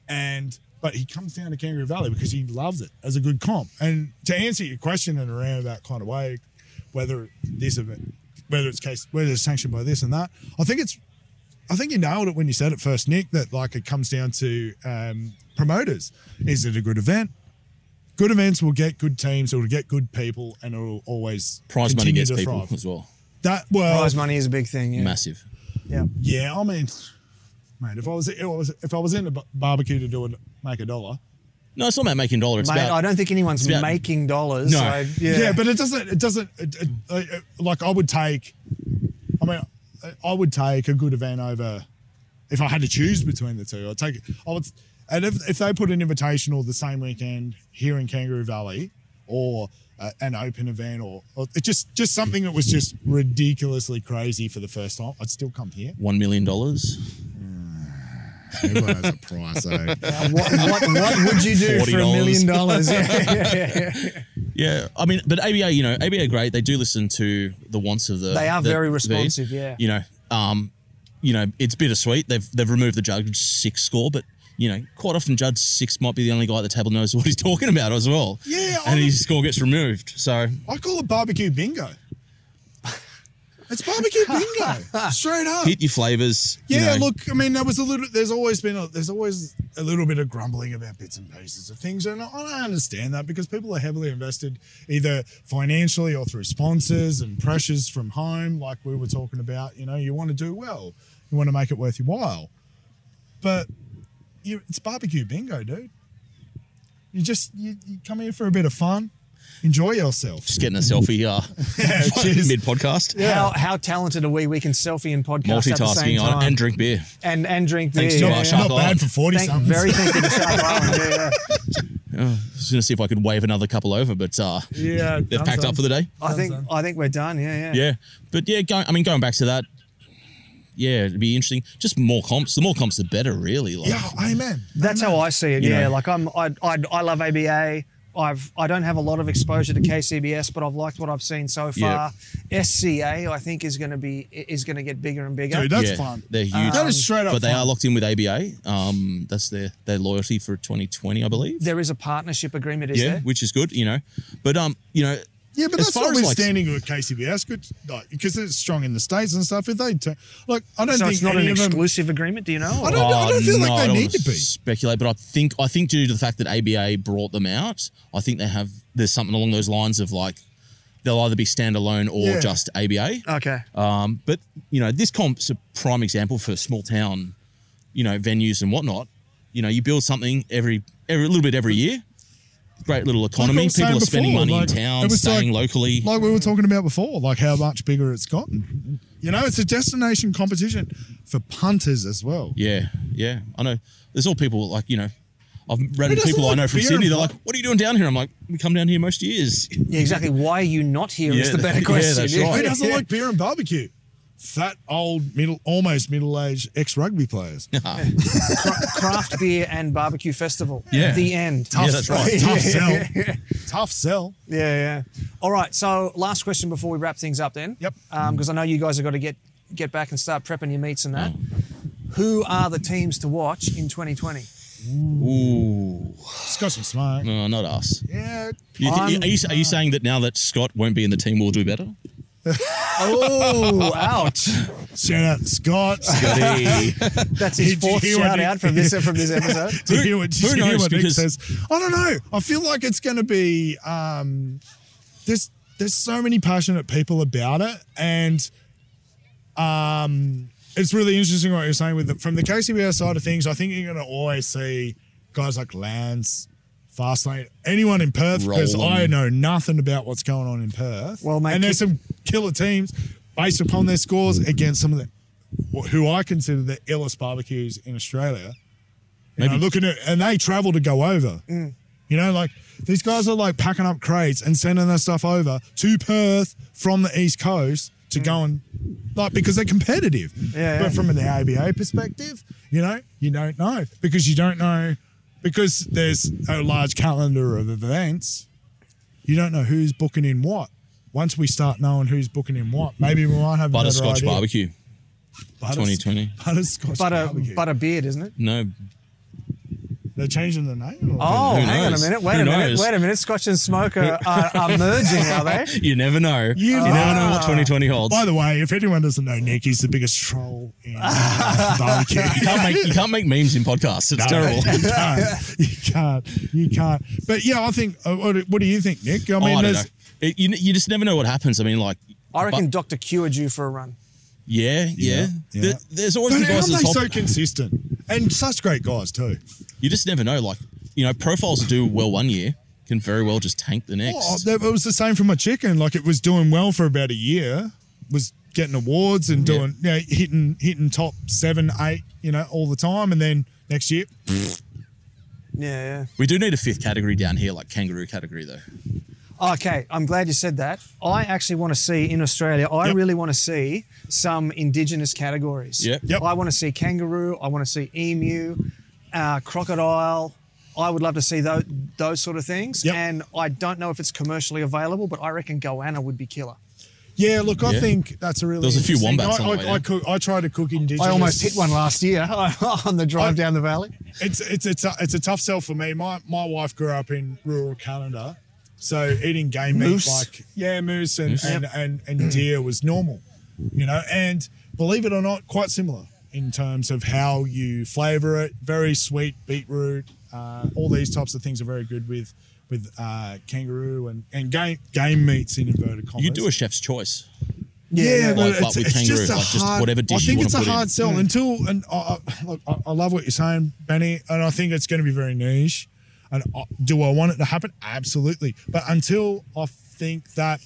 [SPEAKER 4] And but he comes down to Kangaroo Valley because he loves it as a good comp. And to answer your question in a roundabout kind of way, whether this event, whether it's case, whether it's sanctioned by this and that, I think it's I think you nailed it when you said it first, Nick. That like it comes down to um, promoters. Is it a good event? Good events will get good teams. It will get good people, and it will always
[SPEAKER 3] prize money
[SPEAKER 4] continue
[SPEAKER 3] gets
[SPEAKER 4] to
[SPEAKER 3] people
[SPEAKER 4] thrive.
[SPEAKER 3] as well.
[SPEAKER 4] That well,
[SPEAKER 1] Prize money is a big thing. Yeah.
[SPEAKER 3] Massive.
[SPEAKER 1] yeah.
[SPEAKER 4] yeah. I mean, mate, if I was if I was, if I was in a b- barbecue to do it, make a dollar.
[SPEAKER 3] No, it's not about making dollar. It's
[SPEAKER 1] Mate,
[SPEAKER 3] about
[SPEAKER 1] I don't think anyone's
[SPEAKER 3] about-
[SPEAKER 1] making dollars.
[SPEAKER 3] No.
[SPEAKER 1] So, yeah.
[SPEAKER 4] Yeah. but it doesn't. It doesn't. It, it, uh, it- like I would take. I mean, I- I would take a good event over. If I had to choose between the two, I'd take. I would. And if, if they put an invitational the same weekend here in Kangaroo Valley, or uh, an open event, or, or it just just something that was just ridiculously crazy for the first time, I'd still come here.
[SPEAKER 3] one million dollars.
[SPEAKER 5] Everyone has a price, eh?
[SPEAKER 1] what, what, what would you do for a
[SPEAKER 3] $40?
[SPEAKER 1] million dollars? Yeah, yeah, yeah.
[SPEAKER 3] Yeah, I mean, but ABA, you know, ABA are great. They do listen to the wants of the.
[SPEAKER 1] They are
[SPEAKER 3] the-
[SPEAKER 1] very
[SPEAKER 3] the-
[SPEAKER 1] responsive, yeah.
[SPEAKER 3] You know, um, you know, it's bittersweet. They've they've removed the judge six score, but you know, quite often judge six might be the only guy at the table knows what he's talking about as well.
[SPEAKER 4] Yeah,
[SPEAKER 3] and
[SPEAKER 4] I'm-
[SPEAKER 3] his score gets removed. So
[SPEAKER 4] I call it barbecue bingo. It's barbecue bingo, straight up.
[SPEAKER 3] hit your flavors. you
[SPEAKER 4] Yeah,
[SPEAKER 3] know.
[SPEAKER 4] look, I mean, there was a little. There's always been. A, there's always a little bit of grumbling about bits and pieces of things, and I I understand that because people are heavily invested, either financially or through sponsors and pressures from home, like we were talking about. You know, you want to do well, you want to make it worth your while, but you, it's barbecue bingo, dude. You just you, you come here for a bit of fun, enjoy yourself.
[SPEAKER 3] just getting a selfie uh,
[SPEAKER 4] cheers.
[SPEAKER 3] mid podcast.
[SPEAKER 1] How, how talented are we? We can selfie and podcast at the same
[SPEAKER 3] Multitasking on,
[SPEAKER 1] time.
[SPEAKER 3] and drink beer.
[SPEAKER 1] and, and drink beer.
[SPEAKER 3] Thanks to
[SPEAKER 1] yeah,
[SPEAKER 3] our
[SPEAKER 1] yeah.
[SPEAKER 3] shop.
[SPEAKER 4] Not bad for forty
[SPEAKER 1] Thank,
[SPEAKER 4] something.
[SPEAKER 1] very thankful to South Island. Yeah, yeah.
[SPEAKER 3] I was going to see if I could wave another couple over, but uh,
[SPEAKER 4] Yeah,
[SPEAKER 3] they've packed up for the day.
[SPEAKER 1] I think I think we're done. Yeah, yeah.
[SPEAKER 3] Yeah, but yeah, going, I mean, going back to that, yeah, it'd be interesting. Just more comps. The more comps, the better, really. Like,
[SPEAKER 4] Yeah, amen.
[SPEAKER 1] That's how I see it.
[SPEAKER 3] You
[SPEAKER 1] yeah,
[SPEAKER 3] know.
[SPEAKER 1] like I'm, I, I, I love ABA. I've, I don't have a lot of exposure to KCBS, but I've liked what I've seen so
[SPEAKER 3] Yeah.
[SPEAKER 1] far. SCA, I think, is going to be is going to get bigger and bigger.
[SPEAKER 4] Dude, that's
[SPEAKER 3] yeah,
[SPEAKER 4] fun.
[SPEAKER 3] They're huge.
[SPEAKER 4] That is straight up
[SPEAKER 3] But they
[SPEAKER 4] fun.
[SPEAKER 3] are locked in with ABA. Um, that's their their loyalty for 2020, I believe.
[SPEAKER 1] there is a partnership agreement, is
[SPEAKER 3] yeah,
[SPEAKER 1] there?
[SPEAKER 3] which is good, you know. But um, you know,
[SPEAKER 4] Yeah, but
[SPEAKER 3] as
[SPEAKER 4] that's
[SPEAKER 3] far as, like,
[SPEAKER 4] notwithstanding with KCBS, good like because it's strong in the states and stuff. If they turn, look, I don't
[SPEAKER 1] so
[SPEAKER 4] think
[SPEAKER 1] it's not an
[SPEAKER 4] any of them.
[SPEAKER 1] exclusive agreement, do you know?
[SPEAKER 4] I don't, I don't
[SPEAKER 3] Uh,
[SPEAKER 4] feel
[SPEAKER 3] no,
[SPEAKER 4] like
[SPEAKER 3] I
[SPEAKER 4] they
[SPEAKER 3] don't
[SPEAKER 4] need
[SPEAKER 3] wanna
[SPEAKER 4] to be.
[SPEAKER 3] Speculate, but I think I think due to the fact that ABA brought them out, I think they have there's something along those lines of like they'll either be standalone or
[SPEAKER 4] Yeah.
[SPEAKER 3] just ABA.
[SPEAKER 1] Okay.
[SPEAKER 3] Um, but you know, this comp's a prime example for small town, you know, venues and whatnot. You know, you build something every every a little bit every year. Great little economy.
[SPEAKER 4] was saying
[SPEAKER 3] People are spending
[SPEAKER 4] before,
[SPEAKER 3] money
[SPEAKER 4] like,
[SPEAKER 3] in town,
[SPEAKER 4] it was
[SPEAKER 3] staying
[SPEAKER 4] like-
[SPEAKER 3] locally.
[SPEAKER 4] Like we were talking about before, like how much bigger it's gotten. You know, it's a destination competition for punters as well.
[SPEAKER 3] yeah, yeah. I know. There's all people like you know. I've read
[SPEAKER 4] doesn't
[SPEAKER 3] people I
[SPEAKER 4] like
[SPEAKER 3] know from
[SPEAKER 4] beer
[SPEAKER 3] Sydney.
[SPEAKER 4] and
[SPEAKER 3] They're
[SPEAKER 4] pub?
[SPEAKER 3] like, "What are you doing down here?" I'm like, "We come down here most years."
[SPEAKER 1] Yeah, exactly. Why are you not here is
[SPEAKER 3] Yeah,
[SPEAKER 1] the better
[SPEAKER 3] yeah,
[SPEAKER 1] question.
[SPEAKER 3] that's
[SPEAKER 4] Who
[SPEAKER 3] right.
[SPEAKER 4] doesn't like beer and barbecue? Fat old middle, almost middle-aged ex-rugby players.
[SPEAKER 3] Ah,
[SPEAKER 1] Cra- Craft beer and barbecue festival.
[SPEAKER 3] Yeah.
[SPEAKER 1] The end.
[SPEAKER 3] Yeah, that's right.
[SPEAKER 4] Tough sell. Tough sell.
[SPEAKER 1] Yeah, yeah. All right. So last question before we wrap things up then.
[SPEAKER 4] Yep.
[SPEAKER 1] Because I know you guys have got to get get back and start prepping your meats and that.
[SPEAKER 3] Mm.
[SPEAKER 1] Who are the teams to watch in 2020?
[SPEAKER 3] Ooh,
[SPEAKER 4] Scotch and smoke.
[SPEAKER 3] no, not us.
[SPEAKER 4] Yeah.
[SPEAKER 3] You thi- are, you, are you saying that now that Scott won't be in the team, we'll do better?
[SPEAKER 1] Oh, ouch!
[SPEAKER 4] Shout out Scott.
[SPEAKER 3] Goody.
[SPEAKER 1] That's his
[SPEAKER 4] Did you
[SPEAKER 1] fourth
[SPEAKER 4] hear what
[SPEAKER 1] shout
[SPEAKER 4] Nick-
[SPEAKER 1] out from this from this episode.
[SPEAKER 4] to
[SPEAKER 3] Who-
[SPEAKER 4] hear what, to
[SPEAKER 3] who
[SPEAKER 4] hear
[SPEAKER 3] knows?
[SPEAKER 4] what Nick
[SPEAKER 3] Because-
[SPEAKER 4] says. I don't know. I feel like it's going to be um, there's there's so many passionate people about it, and um, it's really interesting what you're saying with the, from the KCBR side of things. I think you're going to always see guys like Lance. Fastlane, anyone in Perth, because
[SPEAKER 3] Roland.
[SPEAKER 4] I know nothing about what's going on in Perth.
[SPEAKER 1] Well, mate,
[SPEAKER 4] and there's
[SPEAKER 1] keep-
[SPEAKER 4] some killer teams based upon their scores against some of the who I consider the illest barbecues in Australia. You know, looking at and they travel to go over.
[SPEAKER 1] Mm.
[SPEAKER 4] You know, like these guys are like packing up crates and sending their stuff over to Perth from the East Coast to go and like because they're competitive.
[SPEAKER 1] Mm. Yeah, yeah.
[SPEAKER 4] But from an ABA perspective, you know, you don't know because you don't know because there's a large calendar of events. You don't know who's booking in what. Once we start knowing who's booking in what, maybe we might have a better
[SPEAKER 3] Butterscotch
[SPEAKER 4] idea.
[SPEAKER 3] barbecue.
[SPEAKER 4] Butters-
[SPEAKER 3] 2020.
[SPEAKER 4] Butterscotch
[SPEAKER 1] Butter
[SPEAKER 4] barbecue.
[SPEAKER 1] butter beard, isn't it?
[SPEAKER 3] No.
[SPEAKER 4] They're changing the name. or-
[SPEAKER 1] Oh,
[SPEAKER 3] Who
[SPEAKER 1] hang on
[SPEAKER 3] knows?
[SPEAKER 1] a minute. Wait
[SPEAKER 3] Who
[SPEAKER 1] a minute.
[SPEAKER 3] knows?
[SPEAKER 1] Wait a minute. Scotch and Smoke are, are, are merging, are they?
[SPEAKER 3] You never know. You, never know what 2020 holds.
[SPEAKER 4] Ah. By the way, if anyone doesn't know Nick, he's the biggest troll in uh, barbecue.
[SPEAKER 3] you, can't make, you can't make memes in podcasts. It's terrible.
[SPEAKER 4] You can't. You can't. You can't. But yeah, I think. uh, What, do- what do you think, Nick? I
[SPEAKER 3] Oh,
[SPEAKER 4] mean,
[SPEAKER 3] I don't know.
[SPEAKER 4] there's
[SPEAKER 3] It- you, you just never know what happens. I mean, like,
[SPEAKER 1] I reckon
[SPEAKER 3] but-
[SPEAKER 1] Dr. Q are due for a run.
[SPEAKER 3] yeah, yeah.
[SPEAKER 4] yeah.
[SPEAKER 3] There- there's always
[SPEAKER 4] but
[SPEAKER 3] the
[SPEAKER 4] how are
[SPEAKER 3] guys at
[SPEAKER 4] they
[SPEAKER 3] the top.
[SPEAKER 4] so consistent and such great guys too.
[SPEAKER 3] you just never know. Like, you know, profiles that do well one year can very well just tank the next.
[SPEAKER 4] Oh, that- it was the same for my chicken. Like it was doing well for about a year. Was getting awards and doing yeah, hitting hitting top seven, eight, you know, all the time. And then next year,
[SPEAKER 1] Yeah,
[SPEAKER 3] we do need a fifth category down here, like kangaroo category, though.
[SPEAKER 1] yeah. Okay, I'm glad you said that. I actually want to see in Australia, I
[SPEAKER 4] Yep.
[SPEAKER 1] really want to see some indigenous categories.
[SPEAKER 3] Yep.
[SPEAKER 4] Yep.
[SPEAKER 1] I want to see kangaroo, I want to see emu, uh, crocodile. I would love to see those, those sort of things.
[SPEAKER 4] Yep.
[SPEAKER 1] And I don't know if it's commercially available, but I reckon goanna would be killer.
[SPEAKER 4] Yeah, look, I
[SPEAKER 3] Yeah.
[SPEAKER 4] think that's a really.
[SPEAKER 3] There was a few
[SPEAKER 4] interesting-
[SPEAKER 3] wombats
[SPEAKER 4] I,
[SPEAKER 3] on the
[SPEAKER 4] I,
[SPEAKER 3] way
[SPEAKER 4] I,
[SPEAKER 3] there.
[SPEAKER 4] cook, I try to cook indigenous.
[SPEAKER 1] I almost hit one last year on the drive
[SPEAKER 4] I-
[SPEAKER 1] down the valley.
[SPEAKER 4] It's it's it's a, it's a tough sell for me. My my wife grew up in rural Canada, so eating game
[SPEAKER 1] Moose.
[SPEAKER 4] meat like yeah, moose and and, and, and deer was normal, you know. And believe it or not, quite similar in terms of how you flavour it. Very sweet beetroot. Uh, all these types of things are very good with with uh, kangaroo and, and game game meats in inverted commas.
[SPEAKER 3] You could do a chef's choice.
[SPEAKER 4] Yeah, but
[SPEAKER 3] Like-
[SPEAKER 4] it's,
[SPEAKER 3] like with
[SPEAKER 4] it's
[SPEAKER 3] kangaroo,
[SPEAKER 4] just a
[SPEAKER 3] like just
[SPEAKER 4] hard,
[SPEAKER 3] whatever
[SPEAKER 4] I
[SPEAKER 3] dish you
[SPEAKER 4] think
[SPEAKER 3] wanna
[SPEAKER 4] it's a
[SPEAKER 3] put in.
[SPEAKER 4] hard sell until, and I, I, look, I, I love what you're saying, Benny, and I think it's going to be very niche. And I, do I want it to happen? Absolutely. But until I think that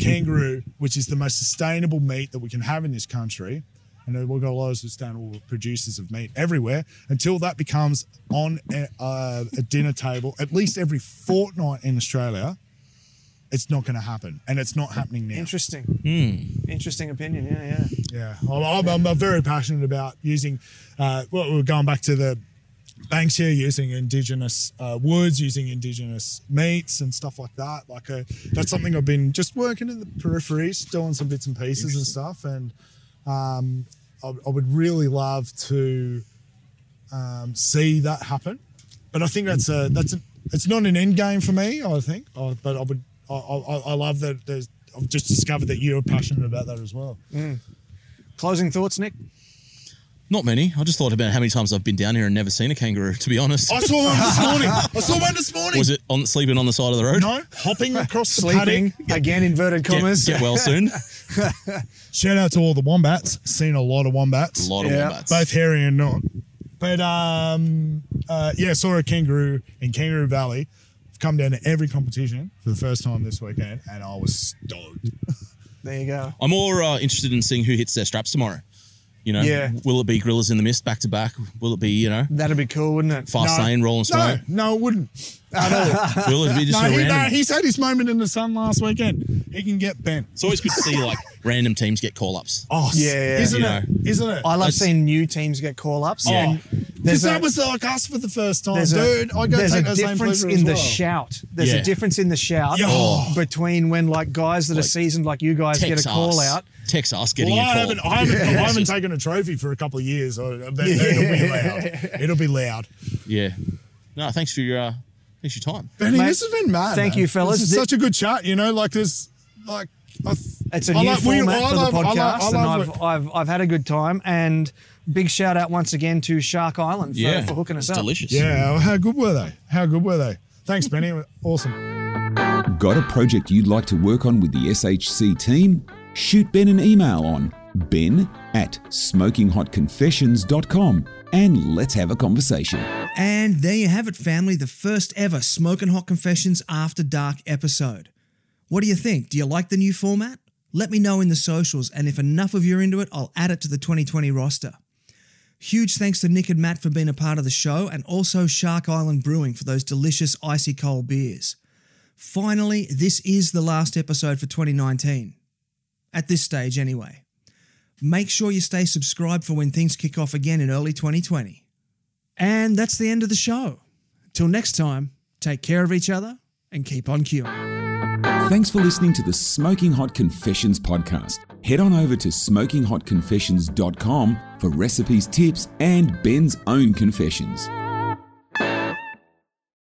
[SPEAKER 4] kangaroo, which is the most sustainable meat that we can have in this country, and we've got a lot of sustainable producers of meat everywhere, until that becomes on a, uh, a dinner table at least every fortnight in Australia, it's not going to happen, and it's not happening now.
[SPEAKER 1] Interesting. Hmm. Interesting opinion. Yeah, yeah.
[SPEAKER 4] Yeah, I'm, I'm, I'm very passionate about using. Uh, well, we're going back to the banks here, using indigenous uh, woods, using indigenous meats and stuff like that. Like uh that's something I've been just working in the peripheries, doing some bits and pieces and stuff. And um, I, I would really love to um, see that happen. But I think that's a that's a, it's not an end game for me. I think, I, but I would I, I, I love that. There's I've just discovered that you're passionate about that as well.
[SPEAKER 1] Closing thoughts, Nick?
[SPEAKER 3] Not many. I just thought about how many times I've been down here and never seen a kangaroo. To be honest,
[SPEAKER 4] I saw one this morning. I saw one this morning.
[SPEAKER 3] was it on sleeping on the side of the road?
[SPEAKER 4] No, hopping across the
[SPEAKER 1] Sleeping
[SPEAKER 4] paddock.
[SPEAKER 1] again, inverted commas.
[SPEAKER 3] Get, get well soon.
[SPEAKER 4] Shout out to all the wombats. Seen a lot of wombats.
[SPEAKER 3] A lot of
[SPEAKER 1] Yeah.
[SPEAKER 3] wombats.
[SPEAKER 4] both hairy and not. But um, uh, yeah, saw a kangaroo in Kangaroo Valley. I've come down to every competition for the first time this weekend, and I was stoked.
[SPEAKER 1] There you go.
[SPEAKER 3] I'm more uh, interested in seeing who hits their straps tomorrow. You know,
[SPEAKER 1] Yeah.
[SPEAKER 3] will it be gorillas in the mist back to back? Will it be you know
[SPEAKER 1] That'd be cool, wouldn't it?
[SPEAKER 3] fast lane roll and
[SPEAKER 4] No,
[SPEAKER 3] smoke?
[SPEAKER 4] no, it wouldn't at all.
[SPEAKER 3] Will it be just
[SPEAKER 4] no,
[SPEAKER 3] a
[SPEAKER 4] he,
[SPEAKER 3] random?
[SPEAKER 4] no, he's had his moment in the sun last weekend. He can get bent.
[SPEAKER 3] It's always good to see like random teams get call ups.
[SPEAKER 4] Oh,
[SPEAKER 1] Yeah, yeah,
[SPEAKER 4] isn't
[SPEAKER 3] yeah.
[SPEAKER 4] it? Isn't it?
[SPEAKER 1] I love
[SPEAKER 3] That's-
[SPEAKER 1] seeing new teams get call ups.
[SPEAKER 3] Yeah.
[SPEAKER 4] because
[SPEAKER 1] There's
[SPEAKER 4] Oh, that
[SPEAKER 1] a-
[SPEAKER 4] was like us for the first time,
[SPEAKER 1] There's
[SPEAKER 4] dude.
[SPEAKER 1] a,
[SPEAKER 4] I go
[SPEAKER 1] there's
[SPEAKER 4] take
[SPEAKER 1] a
[SPEAKER 4] that same
[SPEAKER 1] difference
[SPEAKER 4] pleasure
[SPEAKER 1] in
[SPEAKER 4] as
[SPEAKER 1] the
[SPEAKER 4] well.
[SPEAKER 1] shout. There's
[SPEAKER 3] Yeah.
[SPEAKER 1] a difference in the shout
[SPEAKER 4] Yeah.
[SPEAKER 1] between when like guys that are
[SPEAKER 3] Like,
[SPEAKER 1] season like you guys
[SPEAKER 3] Texas,
[SPEAKER 1] get a call out.
[SPEAKER 3] Texas getting
[SPEAKER 4] Well,
[SPEAKER 3] a
[SPEAKER 4] I
[SPEAKER 3] call.
[SPEAKER 4] haven't, I haven't, I haven't taken a trophy for a couple of years. I, I bet It'll be loud. It'll be loud.
[SPEAKER 3] Yeah. No, thanks for your uh, thanks for your time.
[SPEAKER 4] Benny,
[SPEAKER 1] Mate,
[SPEAKER 4] this has been mad.
[SPEAKER 1] thank
[SPEAKER 4] man.
[SPEAKER 1] you, fellas.
[SPEAKER 4] This is
[SPEAKER 1] Thi-
[SPEAKER 4] such a good chat. You know, like there's like I th-
[SPEAKER 1] It's a
[SPEAKER 4] I
[SPEAKER 1] new
[SPEAKER 4] love- we-
[SPEAKER 1] format
[SPEAKER 4] I
[SPEAKER 1] for
[SPEAKER 4] love-
[SPEAKER 1] the
[SPEAKER 4] I
[SPEAKER 1] podcast,
[SPEAKER 4] love- I love
[SPEAKER 1] and I've,
[SPEAKER 4] it.
[SPEAKER 1] I've I've had a good time. And big shout out once again to Shark Island for,
[SPEAKER 3] Yeah,
[SPEAKER 1] for hooking us
[SPEAKER 3] it's
[SPEAKER 1] up.
[SPEAKER 3] Delicious.
[SPEAKER 4] Yeah, how good were they? How good were they? Thanks, Benny. Awesome.
[SPEAKER 2] Got a project you'd like to work on with the SHC team? Shoot Ben an email on ben at smokinghotconfessions.com and let's have a conversation.
[SPEAKER 6] And there you have it, family, the first ever Smoking Hot Confessions After Dark episode. What do you think? Do you like the new format? Let me know in the socials, and if enough of you are into it, I'll add it to the 2020 roster. Huge thanks to Nick and Matt for being a part of the show, and also Shark Island Brewing for those delicious icy cold beers. Finally, this is the last episode for 2019. At this stage, anyway. Make sure you stay subscribed for when things kick off again in early 2020. And that's the end of the show. Till next time, take care of each other and keep on curing.
[SPEAKER 2] Thanks for listening to the Smoking Hot Confessions podcast. Head on over to smokinghotconfessions.com for recipes, tips, and Ben's own confessions.